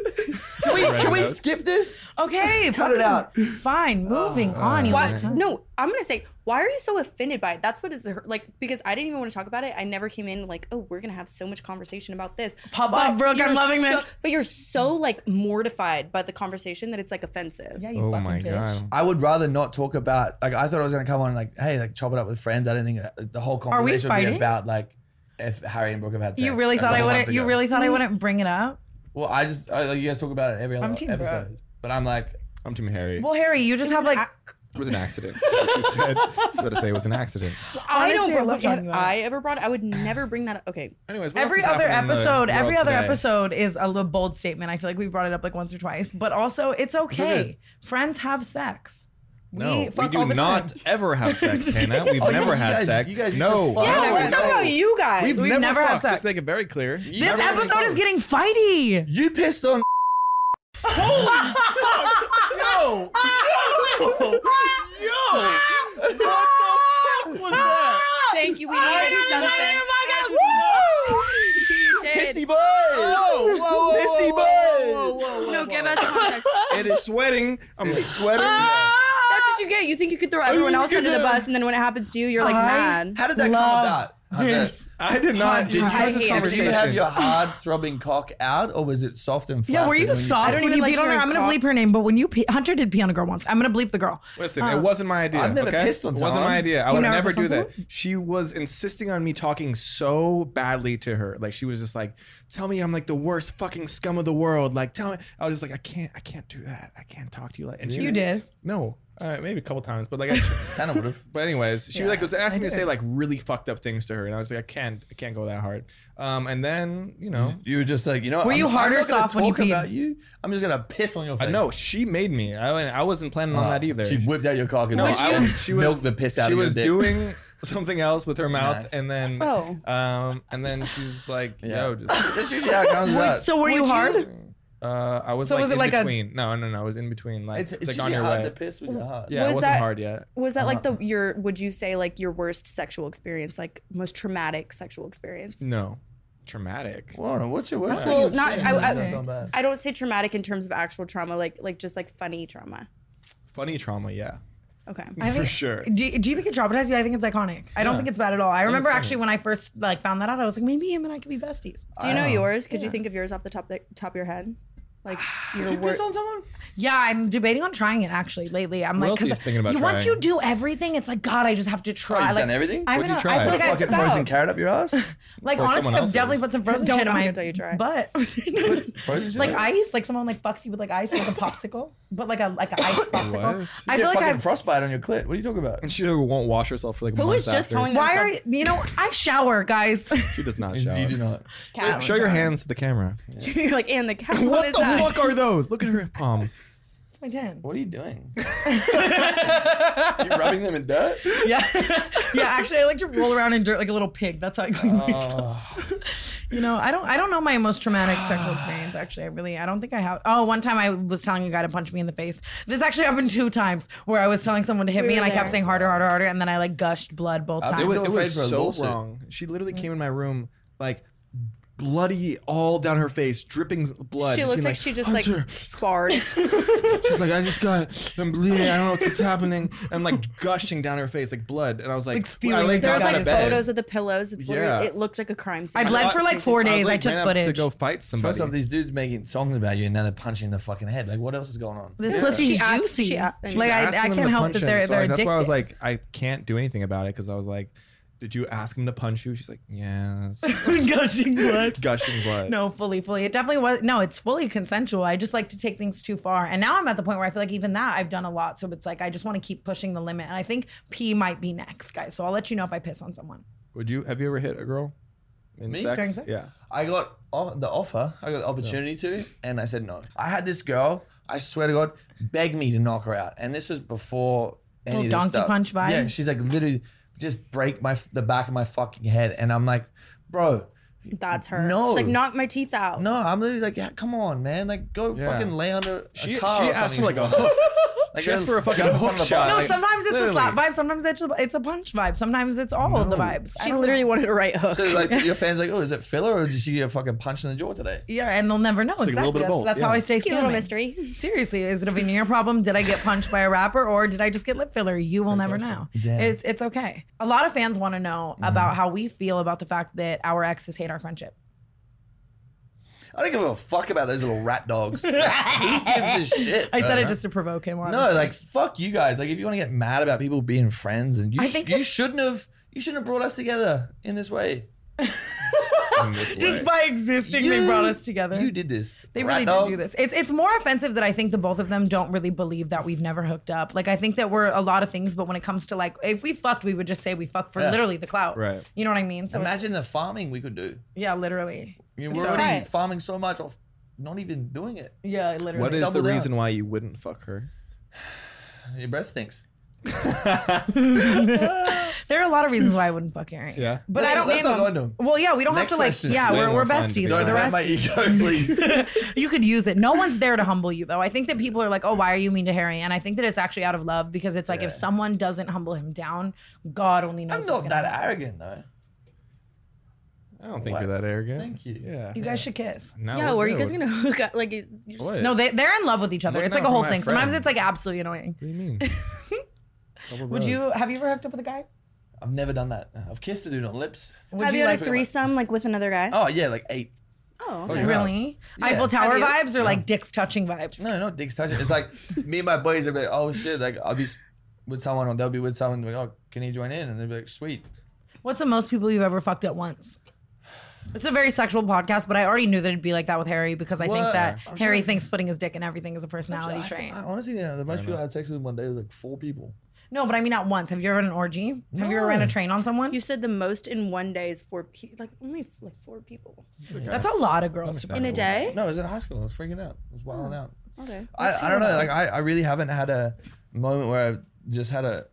Right, Can we that's- skip this? Okay, Cut it out. Fine, moving on. you Why, little cunt. no, I'm gonna say, why are you so offended by it? That's what is like because I didn't even want to talk about it. I never came in like, oh, we're gonna have so much conversation about this. Pop But off, Brooke, I'm you're loving so- this. But you're so like mortified by the conversation that it's like offensive. Yeah, you Oh fucking my bitch. god. I would rather not talk about. Like I thought I was gonna come on like, hey, like chop it up with friends. I didn't think uh, the whole we conversation would be fighting? about like if Harry and Brooke have had. Sex You really a thought I couple months wouldn't? You ago. really thought Mm. I wouldn't bring it up? Well, I just I, like, you guys talk about it every other I'm team Brooke. episode, but I'm like, I'm Team Harry. Well, Harry, you just have like it was an accident. That's what you said. You better say it was an accident. I Honestly, know, I but love what have talking about I ever brought? I would never bring that up. Okay, Anyways, what else every is other happening in the episode. Every world other today? episode is a little bold statement. I feel like we've brought it up like once or twice, but also it's okay. Friends have sex. No, we, fuck do all the not time. ever have sex, Hannah. We've Oh, you- never you had guys- sex. you guys used no, to fuck. Yeah, yeah, we're we're talking about you guys. we've, We've never, never had fucked. sex. Just make it very clear. This Never episode really is getting fighty. you pissed on. Yo, Ah! yo, yo! What Ah! the fuck was that? Thank you. We needed Oh something. Pissy boy! Whoa, whoa, whoa, whoa, Missy whoa, Bird. whoa, whoa, No, whoa. give us context. It is sweating. I'm sweating. Ah! That's what you get. You think you could throw everyone else under the bus, and then when it happens to you, you're like I- mad. How did that Love come about? this. I did not. Did you I have this hate it. Did you conversation? have your hard throbbing cock out, or was it soft and flaccid? Yeah, were you when soft don't when even you like peed on her? hearing I'm gonna cock. bleep her name, but when you pe- Hunter did pee on a girl once, I'm gonna bleep the girl. Listen, it wasn't my idea. I've never okay? pissed on It wasn't someone. my idea. I You would never Uh, never pissed on do that. someone? She was insisting on me talking so badly to her. Like she was just like, "Tell me I'm like the worst fucking scum of the world." Like tell me. I was just like, "I can't. I can't do that. I can't talk to you like." And she You did. No. Uh, maybe a couple times, but like, I, Hannah would have. but anyways, she like was asking me to say like really fucked up things to her, and I was like, I can't, I can't go that hard. Um, and then you know, You were just like, you know. Were you hard or soft when you talk peed? about you? I'm just gonna piss on your I face. know she made me. I, I wasn't planning on that either. Mm-hmm. Uh, She whipped out your cock and No, milked- I, she was milked the piss out She of your was dick. doing something else with her mouth, Nice. and then Oh. um, and then she's like, Yeah. yo, just. That's usually how it comes out. So were you hard? Uh, I was So like was it in like a- between. no, no, no. I was in between. Like it's, it's, like it's, on usually your hard way. to piss when you're hard. Yeah, Was it wasn't that- hard yet. Was that like the your would you say like your worst sexual experience, like most traumatic sexual experience? No, traumatic. Warren, what's your worst? Well, not- I- I- That's um, not bad. I don't say traumatic in terms of actual trauma, like like just like funny trauma. Funny trauma, yeah, Okay. for sure. Do you, do you think it traumatized you? I think it's iconic. I don't think it's bad at all. I remember actually when I first like found that out, I was like, maybe him and I could be besties. Do you know yours? Could you think of yours off the top the, top of your head? Like your You worst. piss on someone? Yeah, I'm debating on trying it actually lately. I'm What like, else are you 'cause thinking about you- once trying? you do everything, it's like God, I just have to try. you've like, done everything? I'm What'd you gonna, try? I feel like I Fucking stepped out. frozen carrot up your ass? Like Or honestly, someone I've else's. definitely put some frozen Don't shit in know my until you try. butt. Frozen shit like up? ice, like someone like fucks you with like ice, like a popsicle, but like a like an ice popsicle. What? I You feel get like fucking I've. frostbite on your clit. What are you talking about? And she won't wash herself for like. Who months was just after. telling Why are you? You know, I shower, guys. She does not shower. You do not. Cat. Show your hands to the camera. You're like, and the cat. What, What is the that? fuck are those? Look at her palms. It's my tan. What are you doing? you rubbing them in dirt? Yeah, yeah. Actually, I like to roll around in dirt like a little pig. That's how I clean Oh. myself. You know, I don't. I don't know my most traumatic sexual experience. Actually, I really. I don't think I have. Oh, one time I was telling a guy to punch me in the face. This actually happened two times where I was telling someone to hit me, and I kept saying harder, harder, harder, and then I like gushed blood both Uh, times. It was, still it was afraid for a so lawsuit. wrong. She literally came in my room like bloody all down her face, dripping blood. She just looked being like, she just "Hunter." like scarred. she's like, I just got, I'm bleeding. I don't know what's happening, and like gushing down her face like blood. And I was like, spewing I down. laid There was down like in bed. photos of the pillows. It's literally Yeah. it looked like a crime scene. I bled for like four I was, days. like, I took ran up footage. to go fight First off, somebody. these dudes making songs about you and now they're punching in the fucking head. Like, what else is going on? This pussy's She asked- juicy. she asked- She's like I, Asked I them can't to help punch that him. they're So, they're like, addicted. That's why I was like, I can't do anything about it because I was like, did you ask him to punch you? She's like, yes. gushing blood. gushing blood. No, fully, fully. It definitely was. No, it's fully consensual. I just like to take things too far. And now I'm at the point where I feel like even that I've done a lot. So it's like I just want to keep pushing the limit. And I think P might be next, guys. So I'll let you know if I piss on someone. Would you have you ever hit a girl? In Me? sex? During sex? Yeah. I got o- the offer, I got the opportunity to, and I said no. I had this girl, I swear to God, beg me to knock her out. And this was before any of this Little donkey stuff. punch vibe? Yeah, she's like literally just break my f- the back of my fucking head. And I'm like, bro, That's her. No. She's like, knock my teeth out. No, I'm literally like, yeah, come on, man. Like, go Yeah. fucking lay under a She, she car. or asked for like something. a hook. Like, she asked for a fucking jump hook on the shot. bike. No, like, sometimes it's literally. a slap vibe. Sometimes it's a, it's a punch vibe. Sometimes it's all of the vibes. I She don't literally know. wanted a right hook. So like your fans like, oh, is it filler or did she get a fucking punch in the jaw today? Yeah, and they'll never know like a exactly. little bit of that's both, that's yeah. how I stay Cute little scamming. mystery. Seriously, is it a veneer problem? Did I get punched by a rapper or did I just get lip filler? You will never know. Damn. It's it's okay. A lot of fans want to know about how we feel about the fact that our exes hate our friendship. I don't give a fuck about those little rat dogs. Like, Who gives a shit? I said Uh, it just to provoke him. No, honestly. like fuck you guys. Like if you want to get mad about people being friends and you, I sh- think you that- shouldn't have you shouldn't have brought us together in this way. in this just way. by existing, they You- brought us together. You did this. They rat really dog. did do this. It's it's more offensive that I think the both of them don't really believe that we've never hooked up. Like I think that we're a lot of things, but when it comes to like if we fucked, we would just say we fucked for Yeah. literally the clout. Right. You know what I mean? So it's- Imagine the farming we could do. yeah, literally. I mean, we're So- already Right. farming so much off not even doing it. Yeah, literally. What is Double the down. reason why you wouldn't fuck her? Your breath stinks. There are a lot of reasons why I wouldn't fuck Aaron. Yeah. But Let's I don't not- let's name not them. go into 'em. Well, yeah, we don't Next have to like question's yeah, way we're more we're fun to besties be for like the that. hurt rest. my ego, please. you could use it. No one's there to humble you, though. I think that people are like, "Oh, why are you mean to Harry?" And I think that it's actually out of love because it's like Yeah. if someone doesn't humble him down, God only knows. I'm what's not gonna that happen. arrogant though. I don't think What? you're that arrrogant. Thank you. Yeah. You guys should kiss. No, Yeah, we're where are you good. guys gonna hook up? Like, it's- you're What? just, No, they they're in love with each other. Looking it's like out a for whole my thing. Sometimes friend. it's like absolutely annoying. What do you mean? Double Would you bros. have you ever hooked up with a guy? I've never done that. I've kissed a dude on the lips. Would have you had like- a threesome like with another guy? Oh yeah, like eight. Oh, Oh, okay. yeah. Really? Eiffel Tower vibes or like dicks touching vibes? No, no, dicks touching. It's like me and my buddies are like, oh shit, like I'll be s- with someone or they'll be with someone. Like, oh, can you join in? And they'll be like, sweet. What's the most people you've ever fucked at once? It's a very sexual podcast, but I already knew that it'd be like that with Harry because I think What? that Harry thinks putting his dick in everything is a personality I, trait. I honestly, yeah, the most people I had sex with one day was like four people. No, but I mean not once. Have you ever had an orgy? Have you ever ran a train on someone? You said the most in one day is four, pe- like only f- like four people That's a lot of girls. to fuck. in a day. No, it was in high school. I was freaking out. I was wilding out. Okay. I, I don't know. Like I, I really haven't had a moment where I've just had a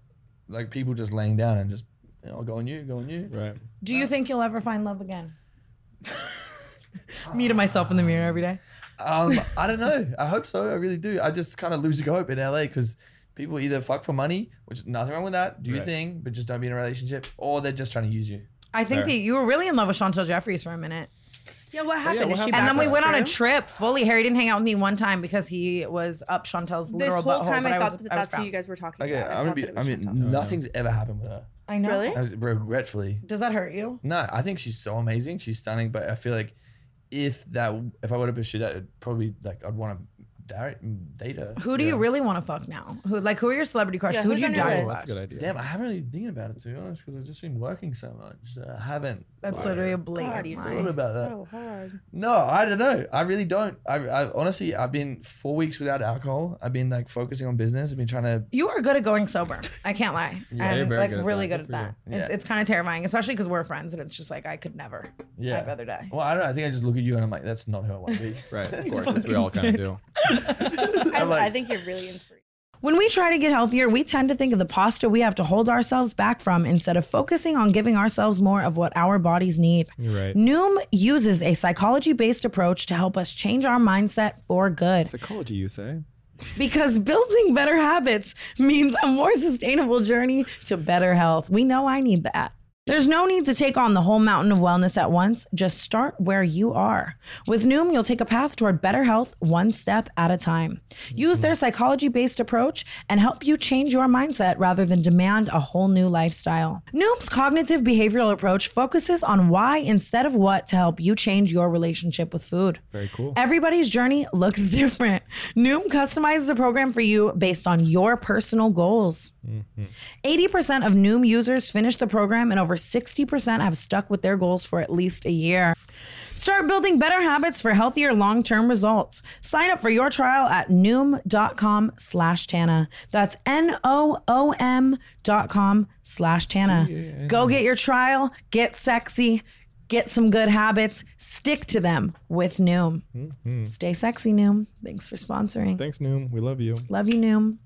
like people just laying down and just you know, go on you, go on you. Right. Do you think you'll ever find love again? Me to myself in the mirror every day. Um, I don't know. I hope so. I really do. I just kind of lose hope in LA because people either fuck for money, which is nothing wrong with that. Do your Right. thing, but just don't be in a relationship, or they're just trying to use you. I think Fair. that you were really in love with Chantel Jeffries for a minute. Yeah, what happened? what Is she And happened? back then we with went on a you? trip fully. Harry didn't hang out with me one time because he was up Chantel's This literal whole butthole, time, but I was- thought that was that's who proud. you guys were talking Okay, about. I'm gonna thought be. that it I was mean, Chantal. nothing's ever happened with her. I know. Really? I- regretfully, Does that hurt you? no. I think she's so amazing. She's stunning, but I feel like if that, if I were to pursue that, it'd probably like I'd want to date her. Who do you really want to fuck now? Who like who are your celebrity crushes? Yeah, who who's do you on your die list? That's a for? good idea. Damn, I haven't really been thinking about it to be honest because I've just been working so much. that I haven't. That's literally a blatant God, you just lie. thought about that. so hard. No, I don't know. I really don't. I, I honestly, I've been four weeks without alcohol. I've been like focusing on business. I've been trying to. You are good at going sober. I can't lie. you're I'm very like good at really that. good at Good that. you. It's, Yeah. it's kind of terrifying, especially because we're friends, and it's just like I could never. Yeah. I'd rather die. Well, I don't. know. I think I just look at you and I'm like, that's not who I want to be. Right. Of course. That's what we all kind of do. I, like- I think you're really inspirational. When we try to get healthier, we tend to think of the pasta we have to hold ourselves back from instead of focusing on giving ourselves more of what our bodies need. You're right. Noom uses a psychology based approach to help us change our mindset for good. Psychology, you say? because building better habits means a more sustainable journey to better health. We know I need that. There's no need to take on the whole mountain of wellness at once. Just start where you are. With Noom, you'll take a path toward better health one step at a time. Use their psychology based approach and help you change your mindset rather than demand a whole new lifestyle. Noom's cognitive behavioral approach focuses on why instead of what to help you change your relationship with food. Very cool. Everybody's journey looks different. Noom customizes a program for you based on your personal goals. 80% of Noom users finish the program, and over 60% have stuck with their goals for at least a year. Start building better habits for healthier long-term results. Sign up for your trial at noom.com slash Tana. That's N-O-O-M dot com slash Tana. Go get your trial, get sexy, get some good habits, stick to them with Noom. Stay sexy, Noom. Thanks for sponsoring. Thanks, Noom. We love you. Love you, Noom.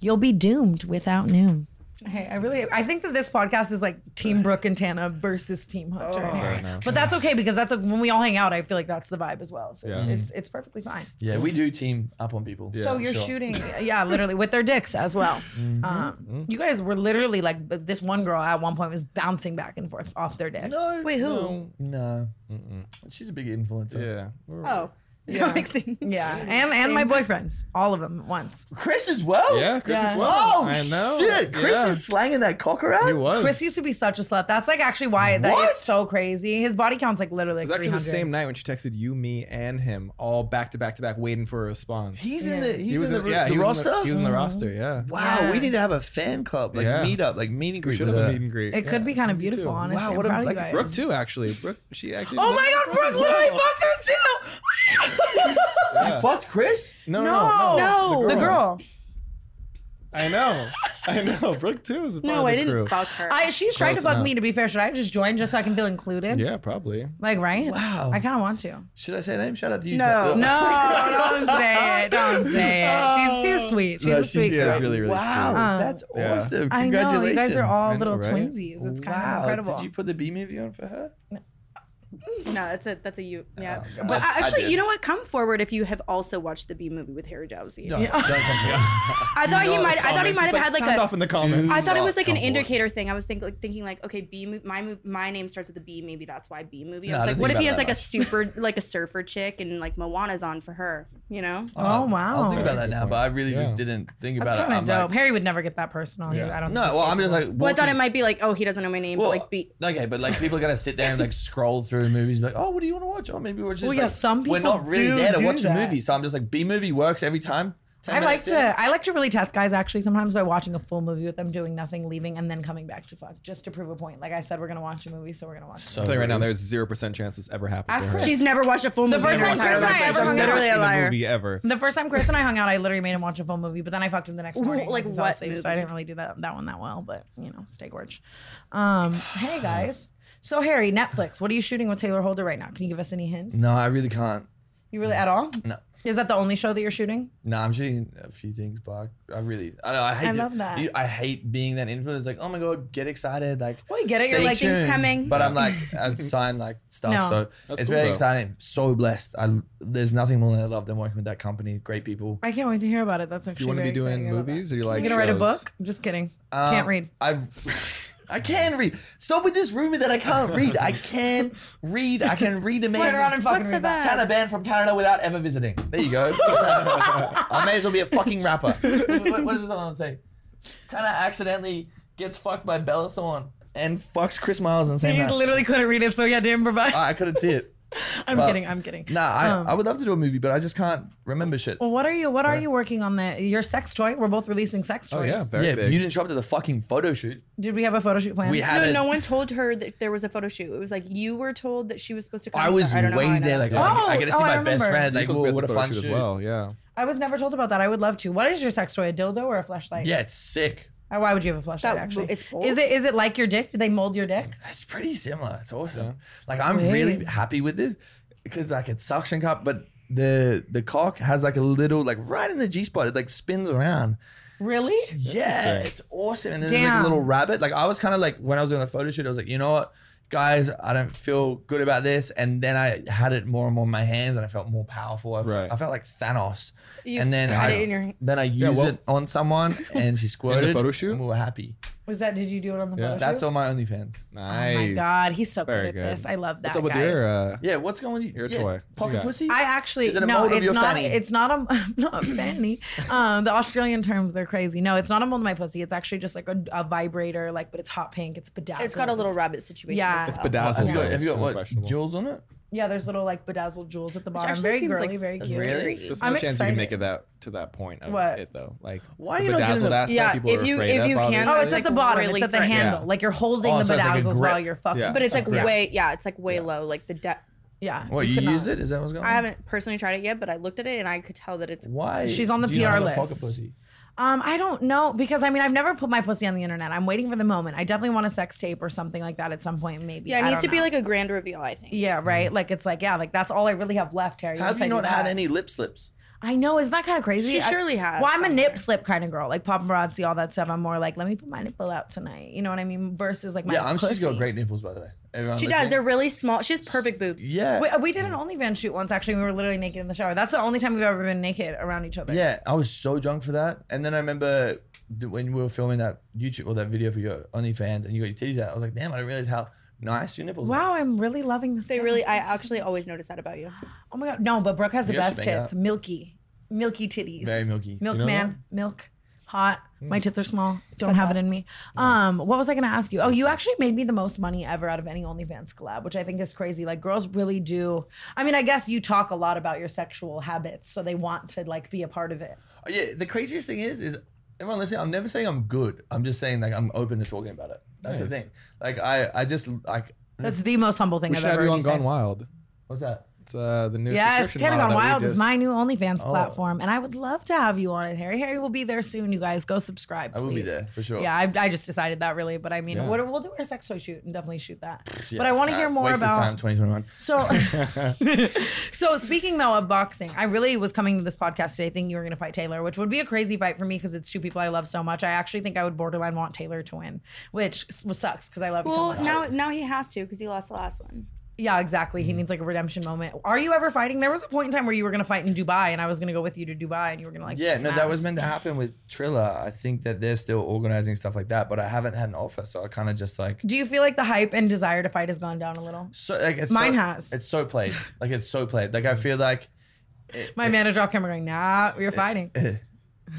You'll be doomed without Noom. Hey, I really, I think that this podcast is like Team Brooke and Tana versus Team Hunter. in here. no. But that's okay because that's like when we all hang out. I feel like that's the vibe as well. So Yeah. it's, it's it's perfectly fine. Yeah, we do team up on people. so you're shooting, yeah, literally with their dicks as well. Um, you guys were literally like but this one girl at one point was bouncing back and forth off their dicks. Wait, who? No. She's a big influencer. Yeah. We're- Oh. So Yeah. mixing. Yeah, and and my boyfriends, all of them at once. Chris as well? Yeah, Chris Yeah. as well. Oh, I know. shit. Chris Yeah. is slanging that cock around? He was. Chris used to be such a slut. That's like actually why that What? it's so crazy. His body count's like literally It was like actually 300. the same night when she texted you, me, and him all back to back to back, waiting for a response. He's in Yeah. the, he's he was in the, in, yeah, the he was roster? in the, he was in the roster. Yeah, wow, Yeah. we need to have a fan club, like Yeah. meet up, like meet and we greet. should with have a her. meet and greet. It could be kind of beautiful, honestly. Wow, I'm what a- proud of like you guys. Brooke too, actually. Brooke, she actually. Oh my god, Brooke literally fucked her too. You fucked Chris? No, No, no, no, the girl. I know, I know. Brooke too is a part No, of the I didn't crew. fuck her. I, she's trying to Close bug enough. me. To be fair, should I just join just so I can feel included? Yeah, probably. Like, right? Wow. I kind of want to. Should I say her name? Shout out to you. No, no, don't say it. Don't say it. She's too sweet. She's a No, she's- sweet She girl. is really, really Wow, sweet. Um, that's Yeah. awesome. I Congratulations. know you guys are all I know, little right? twinsies. It's kind wow. of incredible. Did you put the B movie on for her? no, that's a that's a you. Yeah. God. but I- I actually, did. you know what? Come forward if you have also watched the B movie with Harry Jowsey. Don't, don't come here. I thought he All the might. I thought he comments, might it's have had like sound a. off in the comments. I thought it was like an Come forward. indicator thing. I was think, like, thinking like, okay, B movie. My mov- my name starts with a B. Maybe that's why B movie. I No, was I like, didn't what if think he has about like a that super like a surfer chick and like Moana's on for her? You know? oh, I'll wow. think about that Good now, point. but I really Yeah. just didn't think That's about it. kind I'm of dope. like, Harry would never get that personal. He- Yeah. I don't no, think well, he's I'm just like. Well, I thought it walking- might be like, oh, he doesn't know my name, Well, but like B. okay, but like people are gonna sit down and like scroll through movies, and be like, oh, what do you want to watch? Oh, maybe we're just. Well, yeah, like, some We're people not really do there to do watch a that. movie, so I'm just like, B movie works every time. 10 I like minutes to in. I like to really test guys actually sometimes by watching a full movie with them doing nothing, leaving, and then coming back to fuck just to prove a point. Like I said, we're gonna watch a movie, so we're gonna watch. it. So Tell you right now, rude. there's zero percent chance this ever happened. Ask to her. Chris. She's never watched a full movie. first in time her entire Chris and I life. ever She's hung out- literally Never a seen liar. movie ever. The first time Chris and I hung out, I literally made him watch a full movie, but then I fucked him the next morning. like He fell what asleep, So movie? I didn't really do that that one that well, but you know, stay gorge. Um, hey guys. So Harry, Netflix, what are you shooting with Taylor Holder right now? Can you give us any hints? No, I really can't. You really at all? No. Is that the only show that you're shooting? No, I'm shooting a few things, but I I really, I, don't- I hate. I it. love that. You- I hate being that influence. Like, oh my god, get excited! Like, Well, you get it, you're stay like, "Things tuned." coming. But I'm like, I've signed like stuff, No. so That's it's cool, very though. exciting. So blessed. I there's nothing more than I love than working with that company. Great people. I can't wait to hear about it. That's actually Do you want to be very doing exciting. I love that. movies or do you like? You gonna write a shows? Uh, book? I'm just kidding. Um, Can't read. I I can read. Stop with this rumor that I can't read. I can read. I can read amazing. Turn around and fucking read that. Tana banned from Canada without ever visiting. There you go. I may as well be a fucking rapper. What, what does this song say? Tana accidentally gets fucked by Bella Thorne and fucks Chris Miles and He saying that. literally couldn't read it, so yeah, didn't provide. I couldn't see it. I'm well, kidding. I'm kidding. Nah, I, Um, Oh. I would love to do a movie, but I just can't remember shit. Well, what are you? What are you working on? The your sex toy? We're both releasing sex Oh toys. yeah, very Yeah, but big. you didn't show up to the fucking photo shoot. Did we have a photo shoot plan? We had No, a- no one told her that there was a photo shoot. It was like you were told that she was supposed to come. I was so I don't know how I way know there, like, that. oh, Oh, I get to oh, see I my remember. best friend. You're Like, supposed to whoa, be at what a the photo fun shoot shoot. as well. Yeah. I was never told about that. I would love to. What is your sex toy? A dildo or a flashlight? Yeah, it's sick. Uh, Why would you have a flashlight? That- Actually, it's both. Is it is it like your dick? Did they mold your dick? It's pretty similar. It's awesome. Like I'm really happy with this because like it's suction cup, but the the cock has like a little like right in the G spot. It like spins around. Really? yeah, it's awesome. And then there's like Damn. a little rabbit. Like I was kind of like when I was doing the photo shoot, I was like, you know what, guys, I don't feel good about this. And then I had it more and more in my hands, and I felt more powerful. I, f- Right. I felt like Thanos. You and then had I it in your- then I used well- it on someone, and she squirted. photo shoot? and we were happy. Was that? Did you do it on the Yeah. photo That's shoot? all my OnlyFans. Nice. Oh my god, he's so Very good at this. I love that. What's up with guys. your? Uh, Yeah, what's going on? Your yeah, toy. What you Pocket got? pussy? I actually Is it a no, mold of it's your not. fanny? It's not a not a fanny. Um, the Australian terms they're crazy. No, it's not a mold of my pussy. It's actually just like a, a vibrator, like but it's hot pink. It's bedazzled. It's got a little rabbit situation. Yeah. as It's well. bedazzled. Have you got, have you got though, what questionable. jewels on it? yeah. There's little like bedazzled jewels at the Which bottom. actually Very seems girly, like very s- cute. Really? very- There's no I'm chance you excited. can make it that to that point of What? it though. Like Why the you not getting bedazzled the- aspect Yeah, people are if you- afraid if of, you can- obviously. Oh, it's at the bottom. really it's at the fine. handle. Yeah. Like you're holding Oh, the so it's like a bedazzles grip. while you're fucking. Yeah. But it's like Yeah. way, yeah, it's like way low. Like the depth. yeah. What you you could not. used it? Is that what's going on? I haven't personally tried it yet, but I looked at it and I could tell that it's. Why? She's on the do you not PR have a Pocket list. pussy. Um, I don't know because I mean I've never put my pussy on the internet. I'm waiting for the moment. I definitely want a sex tape or something like that at some point. Maybe. Yeah, it I needs to don't be know. like a grand reveal. I think. Yeah, right. Like it's like yeah, like that's all I really have left, Harry. Mm-hmm. How once have you I do not had that. any lip slips? I know, isn't that kind of crazy? She I- surely has Well, I'm a somewhere. nip slip kind of girl, like paparazzi, all that stuff. I'm more like, let me put my nipple out tonight. You know what I mean? Versus like my yeah, I'm, pussy. she's got great nipples, by the way. Everyone She listening? does. They're really small. She has perfect boobs. yeah, We, we did an OnlyFans shoot once. Actually, we were literally naked in the shower. That's the only time we've ever been naked around each other. yeah. I was so drunk for that, and then I remember th- when we were filming that YouTube or that video for your OnlyFans, and you got your titties out. I was like, damn, I didn't realize how nice your nipples. are. Wow, I'm really loving this. They guy. really. I actually always notice that about you. Oh my god, no! But Brooke has the You guys should best make tits. out. Milky, milky titties. very milky. Milk You know that? Mm. man, milk, hot. My tits are small. Don't have it in me. Um, what was I gonna ask you? Oh, you actually made me the most money ever out of any OnlyFans collab, which I think is crazy. Like girls really do. I mean, I guess you talk a lot about your sexual habits, so they want to like be a part of it. Oh, Yeah, the craziest thing is, is everyone listening. I'm never saying I'm good. I'm just saying like I'm open to talking about it. That's the Nice. thing. Like I, I just like That's the most humble thing We I've should have ever you heard on you Gone say. Wild. what's that? It's uh, the new Yes, subscription Tanner Gone model that we Wild is just- my new OnlyFans Oh. platform, and I would love to have you on it. Harry, Harry will be there soon. You guys go subscribe. I will be please. there for sure. Yeah, I, I just decided that really, but I mean, Yeah. what, we'll do our sex toy shoot and definitely shoot that. Yeah, but I want to uh, hear more waste of about. time, 2021. So, so speaking though of boxing, I really was coming to this podcast today thinking you were going to fight Taylor, which would be a crazy fight for me because it's two people I love so much. I actually think I would borderline want Taylor to win, which s- sucks because I love you so Well, much. now now he has to because he lost the last one. Yeah, exactly. Mm-hmm. He needs like a redemption moment. Are you ever fighting? There was a point in time where you were going to fight in Dubai, and I was going to go with you to Dubai, and you were going to like Yeah, kiss no, that was ass. meant to happen with Triller. I think that they're still organizing stuff like that, but I haven't had an offer, so I kind of just like Do you feel like the hype and desire to fight has gone down a little? so like it's Mine so, has. It's so played. Like it's so played. Like I feel like My manager off camera going, "Nah, we are fighting." You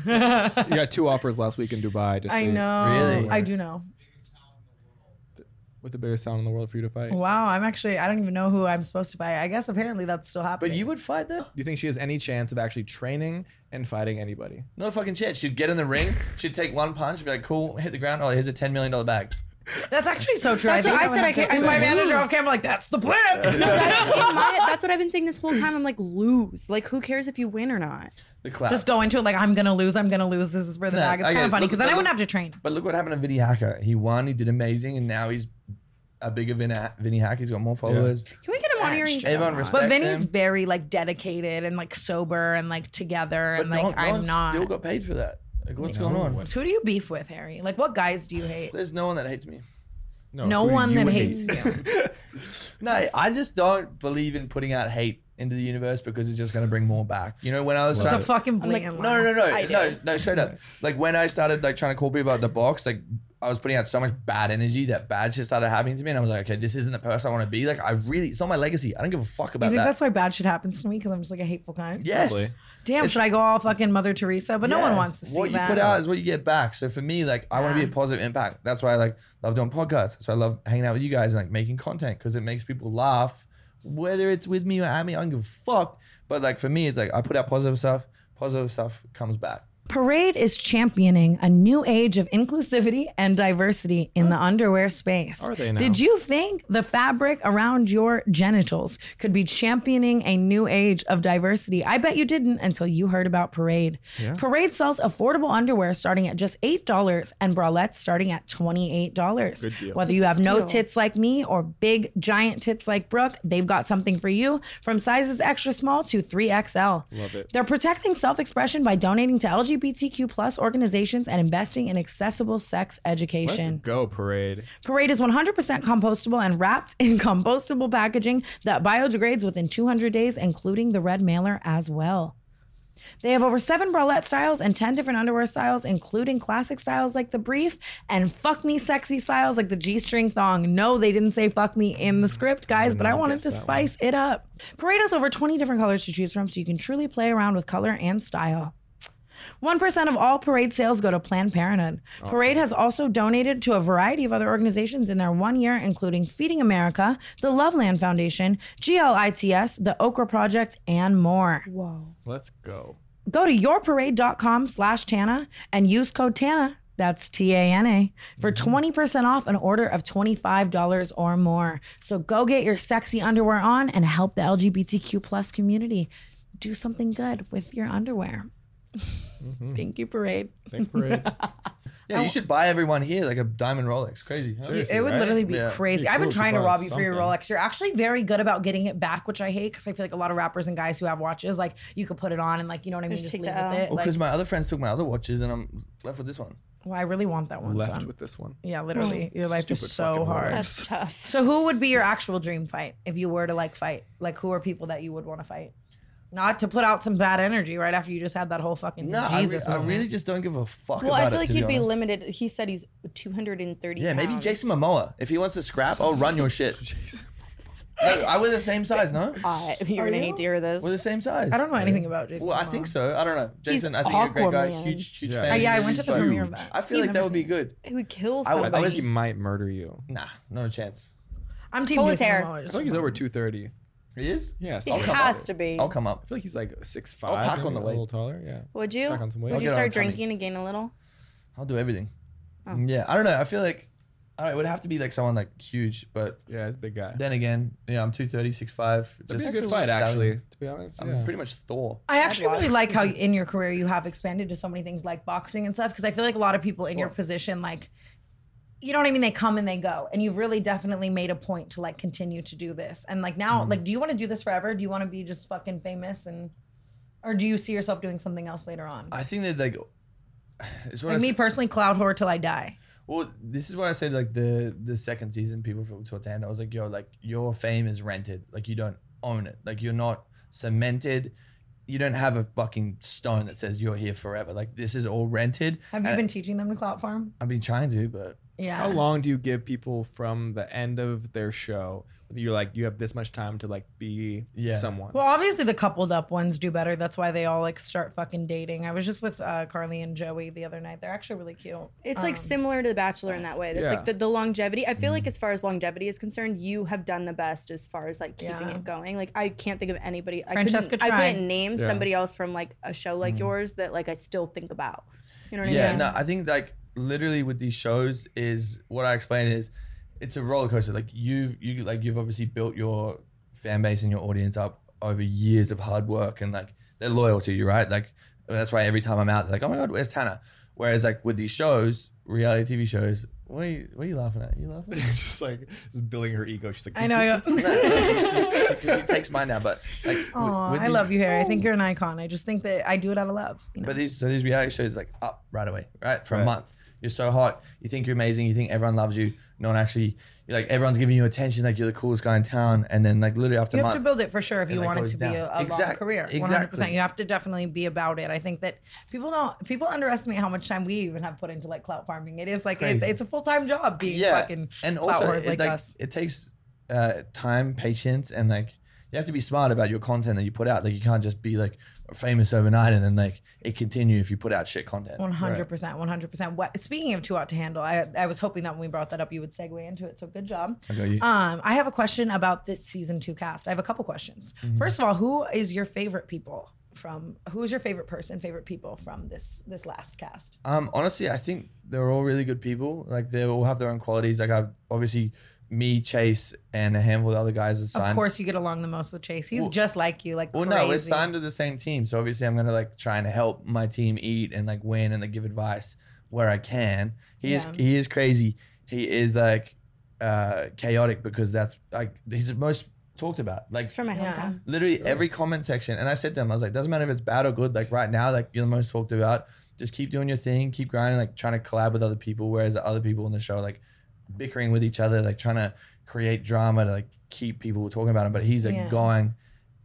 got two offers last week in Dubai. Just so I you- know. Really? I do know. With the biggest town in the world for you to fight. Do Wow, I'm actually I don't even know who I'm supposed to fight. I guess apparently that's still happening. but you would fight them? you think she has any chance of actually training and fighting anybody? Not a fucking chance. She'd get in the ring, she'd take one punch, she'd be like, cool, hit the ground. Oh, here's a ten million dollar bag. That's actually so true. That's I think what I I'm said gonna I have to- can't- And I my can't manager lose. off camera like that's the plan. That's, in my- that's what I've been saying this whole time. I'm like, lose. Like, who cares if you win or not? The clap. Just go into it like I'm gonna lose. I'm gonna lose. This is for the No, bag. It's okay, kind of funny look- because then I but wouldn't have look- to train. But look what happened to Vinny Hacker. He won, he did amazing, and now he's a bigger Vinny, Vinny Hacker. He's got more followers. Can we get him on here? He's so Everyone hot. respects But Vinny's him. very like dedicated and like sober and like together and no like one- no I'm one's Still not. got paid for that. Like, what's going on? So Who do you beef with, Harry? Like what guys do you hate? There's no one that hates me. No who do one you that hate? hates you. No, I just don't believe in putting out hate into the universe because it's just going to bring more back. You know, when I was It's trying a to- fucking like, blatant lie. no, no, no, no, I no, do. no, straight up. Like when I started like trying to call people out the box, like I was putting out so much bad energy that bad shit started happening to me, and I was like, okay, this isn't the person I want to be. Like I really, it's not my legacy. I don't give a fuck You about think that. that's why bad shit happens to me? Because I'm just like a hateful kind. yes. Probably. Damn, should I go all fucking Mother Teresa? But no one Yes. wants to see What you that. put out is what you get back. So for me, like I want to be Yeah. a positive impact. That's why I like love doing podcasts. That's why I love hanging out with you guys and like making content because it makes people laugh. Whether it's with me or at me, I don't give a fuck. But like for me, it's like I put out positive stuff. Positive stuff comes back. Parade is championing a new age of inclusivity and diversity in the underwear space. Are they now? Did you think the fabric around your genitals could be championing a new age of diversity? I bet you didn't until you heard about Parade. Parade sells affordable underwear starting at just $8 and bralettes starting at $28. Whether you have no Steal. tits like me or big giant tits like Brooke, they've got something for you from sizes extra small to 3XL. Love it. They're protecting self-expression by donating to LGBTQ plus organizations and investing in accessible sex Let's education. go parade. Parade is 100% compostable and wrapped in compostable packaging that biodegrades within 200 days, including the red mailer as well. They have over seven bralette styles and 10 different underwear styles, including classic styles like the brief and fuck me sexy styles like the G string thong. No, they didn't say fuck me in the script, guys, but I wanted to spice it up. Parade has over 20 different colors to choose from, so you can truly play around with color and style. 1% of all parade sales go to Planned Parenthood. Parade has also donated to a variety of other organizations in their one year, including Feeding America, the Loveland Foundation, GLITS, the Okra Project, and more. Whoa. Let's go. Go to yourparade.com slash Tana and use code Tana, that's T A N A, for 20% off an order of $25 or more. So go get your sexy underwear on and help the LGBTQ plus community. Do something good with your underwear. Thank you, parade. Thanks, Parade. Yeah, you should buy everyone here like a diamond Rolex. Crazy. Huh? Seriously. It would right? literally be Yeah. crazy. Be I've been cool to trying to buy rob you for your something. Rolex. You're actually very good about getting it back, which I hate because I feel like a lot of rappers and guys who have watches, like you could put it on and like you know what I mean, Just just, take leave the with L. it. Well, Like, because my other friends took my other watches and I'm left with this one. well, I really want that one. Left son. with this one. yeah, literally, your life is Stupid so fucking hard. Rolex. That's tough. So who would be your actual dream fight if you were to like fight? Like who are people that you would want to fight? Not to put out some bad energy right after you just had that whole fucking No, I, re- Jesus. I moment. really just don't give a fuck Well, about I feel it, like to you'd be honest. limited. He said he's 230 Yeah, maybe pounds. Jason Momoa. If he wants to scrap, I'll run your shit. no, I we're the same size, no? Uh, you're gonna hate to hear this. We're the same size. I don't know anything about Jason. Well, I Momoa. think so. I don't know. Jason, I think you're a great guy. Aquaman. Huge, huge Yeah. fan. Oh, yeah, I He's went to the huge. premiere of that. I feel like that would be good. He would kill I would- I somebody. think was- he might murder you. Nah, not a chance. I'm team Pull his Jason hair. Momoa. I feel like he's over 230. He is? Yes. it has to be. I'll come up. I feel like he's like six I'll pack on the a weight. little taller. Yeah. Would you? Back on some weight. Would you I'll get on start tummy. drinking and gain a little? I'll do everything. Oh. Mm, Yeah, I don't know. I feel like I it would have to be like someone like huge, but Yeah, he's a big guy. then again, yeah, I'm 230, 6'5. That'd just be a good fight, stallion. actually. To be honest, I'm yeah. pretty much Thor. I actually really like how in your career you have expanded to so many things like boxing and stuff because I feel like a lot of people in your position like you know what I mean they come and they go and you've really definitely made a point to like continue to do this and like now like do you want to do this forever do you want to be just fucking famous and or do you see yourself doing something else later on I think that like it's what I like s- me personally cloud whore till I die Well, this is what I said. Like the the second season, people from Tortanda, I was like, yo, like your fame is rented. Like you don't own it. Like you're not cemented. You don't have a fucking stone that says you're here forever. Like this is all rented. have you And been teaching them to clout farm I've been trying to, but yeah How long do you give people from the end of their show? You're like you have this much time to like be Yeah. someone. Well, obviously the coupled up ones do better. That's why they all like start fucking dating. I was just with uh, Carly and Joey the other night. They're actually really cute. It's like Um, similar to The Bachelor in that way. It's Yeah. like the, the longevity. I feel Mm-hmm. like as far as longevity is concerned, you have done the best as far as like keeping Yeah. it going. Like I can't think of anybody. Francesca I couldn't, I Tran. couldn't name Yeah. somebody else from like a show like yours that like I still think about. You know what I Mm-hmm. yeah, mean? no, I think like literally with these shows is what I explain is it's a roller coaster. Like you've you like you've obviously built your fan base and your audience up over years of hard work and like they're loyal to you, right? Like that's why every time I'm out, they're like, oh my god, where's Tanner? Whereas like with these shows, reality TV shows, what are you what are you laughing at? you laughing? just like just building her ego. She's like, I know. I, go, she, she, 'cause she takes mine now, but like with- Aw, with I these- love you, Harry. I think you're an icon. I just think that I do it out of love. You know? Oh. But these so these reality shows like up right away, right? For a Right. month. You're so hot. You think you're amazing. You think everyone loves you. No one actually you're like everyone's giving you attention, like you're the coolest guy in town. And then like literally after you a have to month. build it for sure if you like, want it goes to be down. a, a long Exact- career. One hundred percent. exactly. You have to definitely be about it. I think that people don't people underestimate how much time we even have put into like clout farming. It is like it's Crazy. it's a full time job being fucking and clout also whores it, like, like, us. it takes uh, time, patience, and like you have to be smart about your content that you put out. Like you can't just be like famous overnight and then like it continue if you put out shit content. One hundred percent, one hundred percent. What? Speaking of too hot to handle, I I was hoping that when we brought that up, you would segue into it. So good job. I got you. Um, I have a question about this season two cast. I have a couple questions. Mm-hmm. First of all, who is your favorite people from? Who is your favorite person, favorite people from this this last cast? Um, honestly, I think they're all really good people. Like they all have their own qualities. Like I've obviously me, Chase, and a handful of other guys are signed. Of course, you get along the most with Chase. He's Well- just like you, like Well, crazy. no, we're signed to the same team, so obviously I'm gonna like try and help my team eat and like win and like give advice where I can. He is Yeah. he is crazy. He is like uh chaotic because that's like he's the most talked about. Like It's from my hometown. Yeah. literally every comment section. And I said to him, I was like, doesn't matter if it's bad or good. Like right now, like you're the most talked about. Just keep doing your thing, keep grinding, like trying to collab with other people. Whereas the other people in the show, like bickering with each other, like trying to create drama to like keep people talking about him. But he's like Yeah. going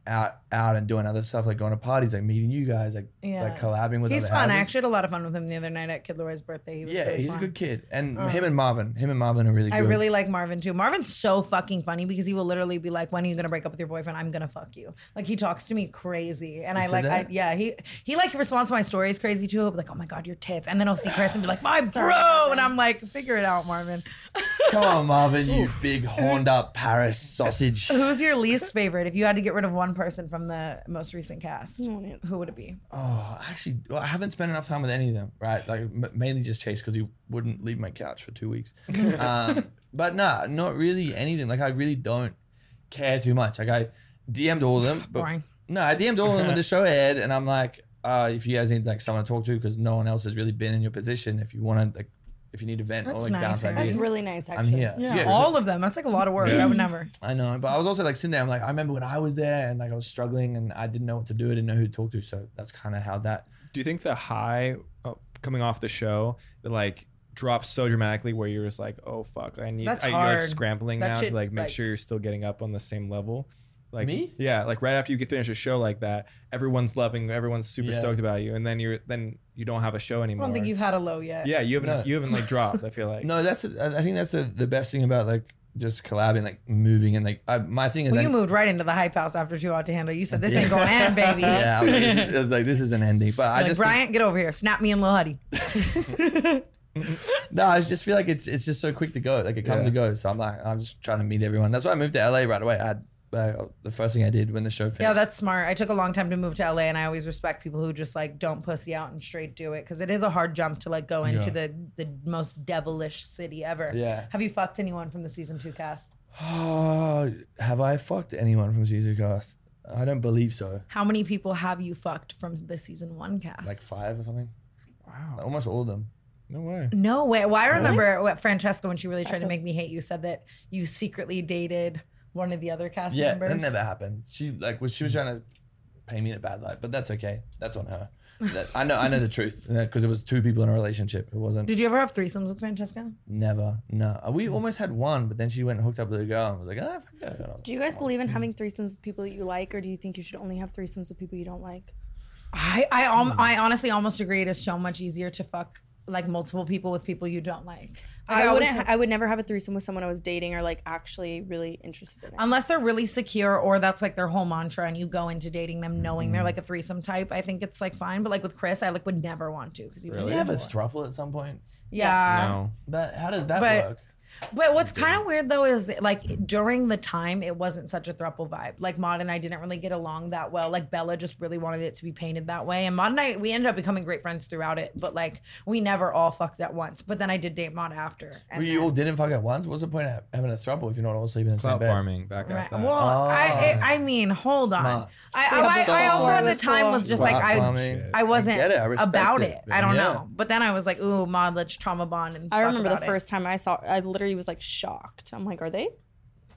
out, out and doing other stuff, like going to parties, like meeting you guys, like Yeah. like collabing with. He's other fun. I houses. actually had a lot of fun with him the other night at Kid Leroy's birthday. He was Yeah, really he's fun. a good kid, and Uh, him and Marvin, him and Marvin are really. good. I really like Marvin too. Marvin's so fucking funny because he will literally be like, "When are you gonna break up with your boyfriend? I'm gonna fuck you." Like he talks to me crazy, and He I like, said I, that? yeah, he he like responds to my stories crazy too. He'll be like, "Oh my god, your tits," and then I'll see Chris and be like, "My Sorry, bro," Marvin. and I'm like, "Figure it out, Marvin." come on, Marvin, you big horned up Paris sausage. Who's your least favorite? If you had to get rid of one person from the most recent cast, Nancy. who would it be? Oh, I actually, well, I haven't spent enough time with any of them, right? Like m- mainly just Chase because he wouldn't leave my couch for two weeks. um, but nah, not really anything. Like I really don't care too much. Like I DM'd all of them. But Boring. No, I DM'd all of them when the show aired, and I'm like, uh, if you guys need like someone to talk to because no one else has really been in your position, if you want to like, if you need to vent or That's like bounce nice, Aaron. ideas, That's really nice, I'm actually. here. Yeah, because- all of them. That's like a lot of work. I would never. I know, but I was also like sitting there. I'm like, I remember when I was there and like I was struggling and I didn't know what to do. I didn't know who to talk to. So that's kind of how that. Do you think the high uh, coming off the show like drops so dramatically where you're just like, oh fuck, I need. That's I, You're hard. like scrambling That now shit, to like make like- sure you're still getting up on the same level. Like Me? Yeah, like right after you get finish a show like that, everyone's loving, everyone's super Yeah. stoked about you, and then you're then you don't have a show I anymore. don't think you've had a low yet. Yeah, you haven't No. you haven't like dropped. I feel like No, that's I I think that's the the best thing about like just collabing, like moving and like I, my thing is Well, I- you moved right into the hype house after Too Hot to Handle. You said this ain't going to end, baby. Yeah, I was like, this is, I was like this is an ending, but I like, just Bryant, get over here. Snap me and Lil Huddy. no, I just feel like it's it's just so quick to go, like it comes and goes. So I'm like I'm just trying to meet everyone. That's why I moved to LA right away. I had uh, the first thing I did when the show finished. Yeah, that's smart. I took a long time to move to LA, and I always respect people who just like don't pussy out and straight do it because it is a hard jump to like go into the the most devilish city ever. Yeah. Have you fucked anyone from the season two cast? Oh, have I fucked anyone from Caesar Cast? I don't believe so. How many people have you fucked from the season one cast? Like five or something. wow, Almost all of them. no way. no way. Well, I remember what Francesca when she really tried to make me hate you said that you secretly dated one of the other cast Yeah, members. Hmm. that never happened. She like was she was trying to paint me in a bad light, but that's okay. That's on her. That- I know I know the truth because it was two people in a relationship. It wasn't Did you ever have threesomes with Francesca? never no. Uh, Hmm. We almost had one, but then she went and hooked up with a girl and was like, ah, fuck that. And I was Do you guys believe in having threesomes with people that you like, or do you think you should only have threesomes with people you don't like? I I, al- I honestly almost agree. It is so much easier to fuck like multiple people with people you don't like. Like, I, always wouldn't. I would never have a threesome with someone I was dating or like actually really interested in. unless they're really secure or that's like their whole mantra and you go into dating them knowing they're like a threesome type i think it's like fine but like with chris i like would never want to because he like, really? we have a thruple at some point. yeah No, But how does that But- work? but what's kind of weird though is like during the time it wasn't such a thruple vibe like maud and i didn't really get along that well like bella just really wanted it to be painted that way and maud and i we ended up becoming great friends throughout it but like we never all fucked at once but then i did date maud after and Well, you all didn't fuck at once. What's the point of having a thruple if you're not all sleeping in the same clout bed? farming back Right. at that. Well, I, Oh. I I mean, hold on. Smart. I I, I, I also at the That's so time was just like Clout I farming. I wasn't get it. I respect about it. it. I don't Yeah. know. But then I was like, ooh, mod, let's trauma bond. And I fuck remember the about it. first time I saw. I literally was like shocked. I'm like, are they?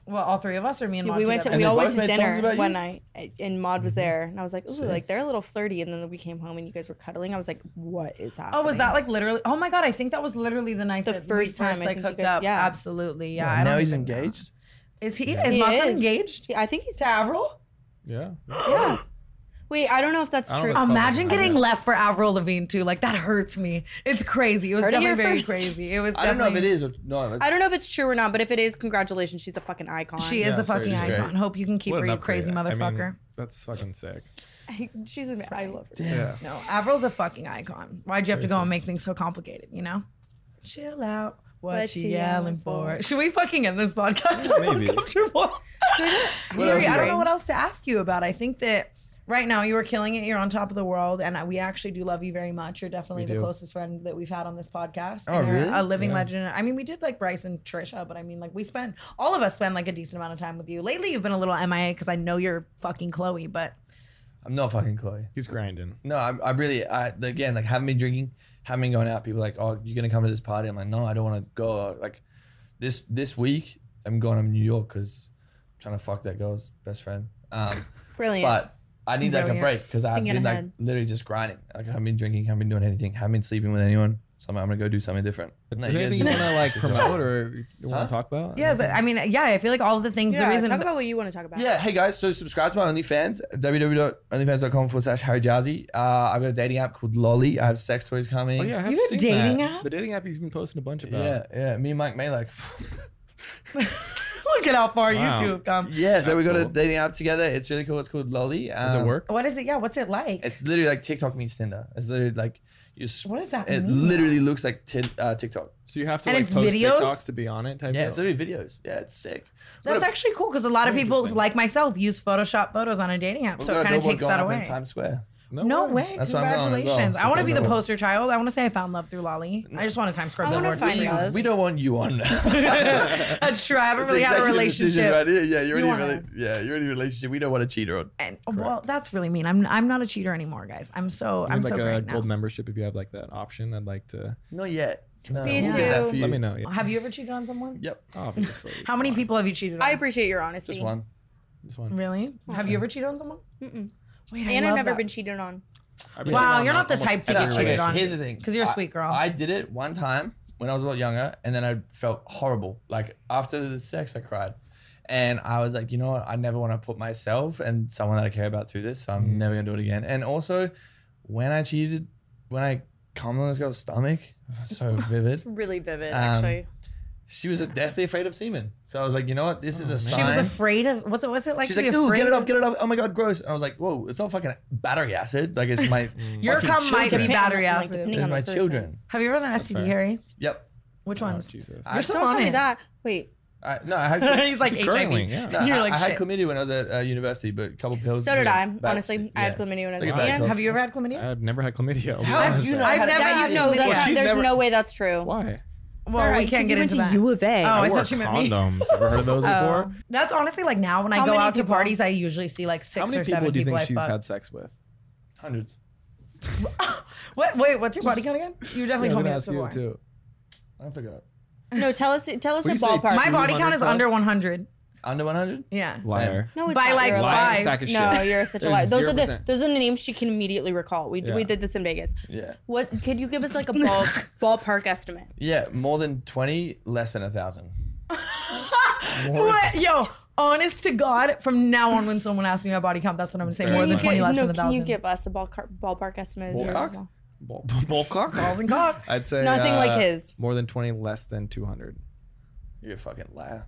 Well, all three of us or me and Mod we went to. together? We And all they went both to made songs dinner about one you? night, a- and Maud was there, and I was like, ooh, like they're a little flirty. And then we came home, and you guys were cuddling. I was like, what is happening? Oh, was that like literally? Oh my god, I think that was literally the night The that first we time, first, I like think you hooked guys- up. yeah. Absolutely, yeah. I now don't he's even know. engaged. Is he? Is He Mod is. engaged? I think he's. To Avril? yeah. Wait, I don't know if that's I don't true. Um, know. Imagine getting left for Avril Lavigne too. Like that hurts me. It's crazy. It was Heard it definitely here very first. crazy. It was. I don't know if definitely- it is or no. I don't know if it's true or not, but if it is, congratulations. She's a fucking icon. She is Yeah, a fucking seriously. She's icon. great. Hope you can keep What her, an you upgrade. crazy I mean, motherfucker. that's fucking sick. She's. Am- I love her. Yeah. no, Avril's a fucking icon. Why'd you have to go and make things so complicated, you know? Chill out. What, What you you yelling yelling for? Should we fucking end this podcast? I'm maybe. uncomfortable. else Yuri, you I don't got? know what else to ask you about. I think that right now you are killing it. You're on top of the world, and I- we actually do love you very much. You're definitely the do. closest friend that we've had on this podcast. Oh, and you're really? A living legend. I mean, we did like Bryce and Trisha, but I mean, like we spent all of us spend like a decent amount of time with you. Lately, you've been a little MIA because I know you're fucking Chloe, but I'm not fucking Chloe. He's grinding. No, I'm, I really, I again, like haven't been drinking, haven't been going out. People are like, oh, you're gonna come to this party? I'm like, no, I don't want to go. Like, this this week, I'm going to New York because I'm trying to fuck that girl's best friend. Um, Brilliant. but I need like a Brilliant. break because I've Thinking been like ahead. literally just grinding. Like, I haven't been drinking, haven't been doing anything, haven't been sleeping with anyone. So I'm, I'm gonna go do something different. But no, Is you there guys anything you do want to that. like promote or you want Huh? to talk about? yeah, so- I mean, yeah, I feel like all of the things. yeah, the reason talk about what you want to talk about. Yeah, hey guys, so subscribe to my OnlyFans, www.onlyfans.com forward slash Harry Jazzy. Uh, I've got a dating app called Lolly. I have sex toys coming. Oh yeah, I have You have a seen dating that. app? The dating app he's been posting a bunch about. Yeah, yeah. Me and Mike Malek. Look at how far Wow. you two have come. Yeah, that we got a cool. dating app together. It's really cool. It's called Lolly. Um, Does it work? What is it? Yeah, what's it like? It's literally like TikTok meets Tinder. It's literally like you. s- What does that It mean? literally looks like tin, uh, TikTok. So you have to And like it's post videos? TikToks to be on it. Type Yeah, deal? it's literally videos. Yeah, it's sick. We've That's got a- actually cool because a lot of people, Interesting. like myself, use Photoshop photos on a dating app, we've so got it a kind of billboard takes going that up in away. Times Square. No, No way. That's what I'm going as well, Congratulations. I want to sometimes be I the will. poster child. I want to say I found love through Lolly. I just want a time square I wanna billboard. find love. We don't want you on. That's true. I haven't really had a relationship. right here. Yeah, you're You in a wanna- rela- yeah, you're in a relationship. We don't want to cheat her on. And, well, that's really mean. I'm I'm not a cheater anymore, guys. I'm so I'm like so a great now. gold membership if you have like that option. I'd like to. Not yet. No, Me we'll get that too. for you. Let me know. Yeah. Have you ever cheated on someone? Yep, Obviously. How many people have you cheated on? I appreciate your honesty. just one. This one. really? Have you ever cheated on someone? Mm-mm. Wait, I And I've love never that. been cheated on. I've been Wow, cheated you're on not the almost type to No, get okay, cheated on. Here's the thing. 'Cause you're a I- sweet girl. I did it one time when I was a lot younger, and then I felt horrible. Like after the sex, I cried. And I was like, you know what? I never want to put myself and someone that I care about through this, so Mm. I'm never gonna do it again. And also, when I cheated, when I come on this girl's stomach, so vivid. It's really vivid, Um, actually. She was deathly afraid of semen. So I was like, you know what? This is a sign. Oh, She was afraid of what's it? What's it like? She's to like, be ooh, afraid get it of- off, get it off. Oh my god, gross. And I was like, whoa, it's not fucking battery acid. Like it's my Your fucking cum might be children. battery Like, acid. depending- It's on the my person. children. Have you ever done an STD, fair. Harry? Yep. Which Oh, ones? Jesus. You're Don't tell me that. Wait. I, no, I had He's like HIV. Curling, yeah. no, You're I, like, I shit. had chlamydia when I was at uh, university, but a couple pills. So is did like- I. that's- Honestly, I had yeah. chlamydia when I was Take it a back, man. Cole. Have you ever had chlamydia? I've never had chlamydia. I'll be How have honest you then. not I've had never That had you know, chlamydia. that's She's there's never- no way that's true. Why? Well, we can't get into that. U of A. Oh, I wore thought you meant me. condoms. Ever heard of those before? That's honestly like now when I How go many out to people? parties, I usually see like six How many or people seven do you people think I she's fuck. had sex with? Hundreds. What? Wait, what's your body count again? You definitely I'm told me gonna this ask you before. too. I forgot. No, tell us. Tell us Would a you say ballpark. My body count 200 is under plus? 100. Under 100? Yeah. Liar. no, it's by not. like You're a five. liar. Liar, sack of shit. No, you're such a There's liar. Those are the 0%. those are the names she can immediately recall. We we Yeah. did this in Vegas. Yeah. What could you give us like a ball, ballpark estimate? Yeah, more than 20, less than a 1,000. What? Yo, honest to God, from now on, when someone asks me my body count, that's what I'm gonna say. More Can than you 20, give- less no, than a can you thousand. give us a ballpark ballpark estimate? of yours as Ballpark? well? Ball, ball cock? Balls and cock. I'd say Nothing like uh, his. More than twenty, less than two hundred. You're a fucking liar.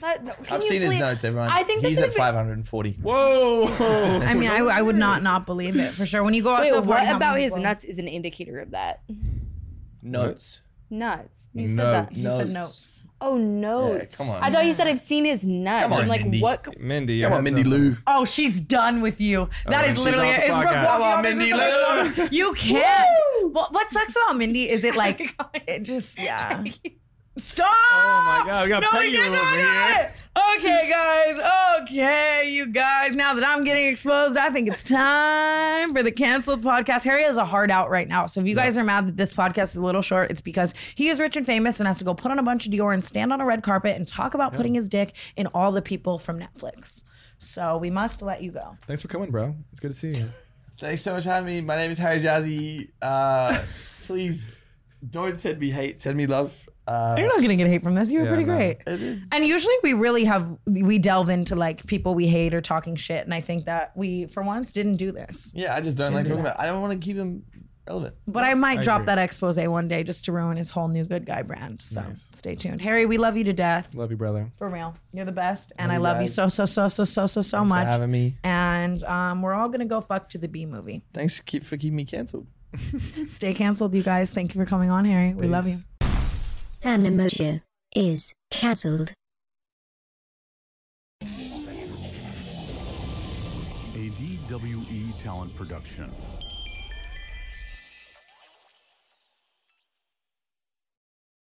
That- no, can I've you seen his please- notes, everyone. I think this He's would at be- 540. Whoa! I mean, I, I would not not believe it for sure. When you go out Wait, to a party, what how about many his people- nuts is an indicator of that? Notes. Nuts. You said that. Notes. You said Notes. notes. Oh no. Yeah, come on. I thought you said I've seen his nuts. Come on, I'm like, Mindy. what? c- Mindy, Come I on, had Mindy some- Lou. Oh, she's done with you. That Oh, is she's literally off the it. It's podcast. Brooke Come on, Mindy. Mindy You can't. What, what sucks about Mindy is it like it just yeah. Stop! Oh my God, we got no, Peggy we can't over go here. into it. Okay, guys. Okay, you guys. Now that I'm getting exposed, I think it's time for the canceled podcast. Harry has a hard out right now, so if you guys are mad that this podcast is a little short, it's because he is rich and famous and has to go put on a bunch of Dior and stand on a red carpet and talk about putting his dick in all the people from Netflix. So we must let you go. Thanks for coming, bro. It's good to see you. Thanks so much for having me. My name is Harry Jazzy. Uh, please don't send me hate. Send me love. Uh, You're not gonna get hate from this. You were Yeah, pretty no. great. it is- And usually we really have we delve into like people we hate or talking shit, and I think that we for once didn't do this. Yeah, I just don't like talking about. I don't want to keep him relevant. But I might drop agree. that expose one day just to ruin his whole new good guy brand. So stay tuned, Harry. We love you to death Love you, brother. for real. You're the best, and I you love you guys. so so so so so so so Thanks much. for having me. And um, we're all gonna go fuck to the B movie. Thanks for, keep, for keeping me canceled. Stay canceled, you guys. Thank you for coming on, Harry. We love you. Animoja is cancelled. A DWE E talent production.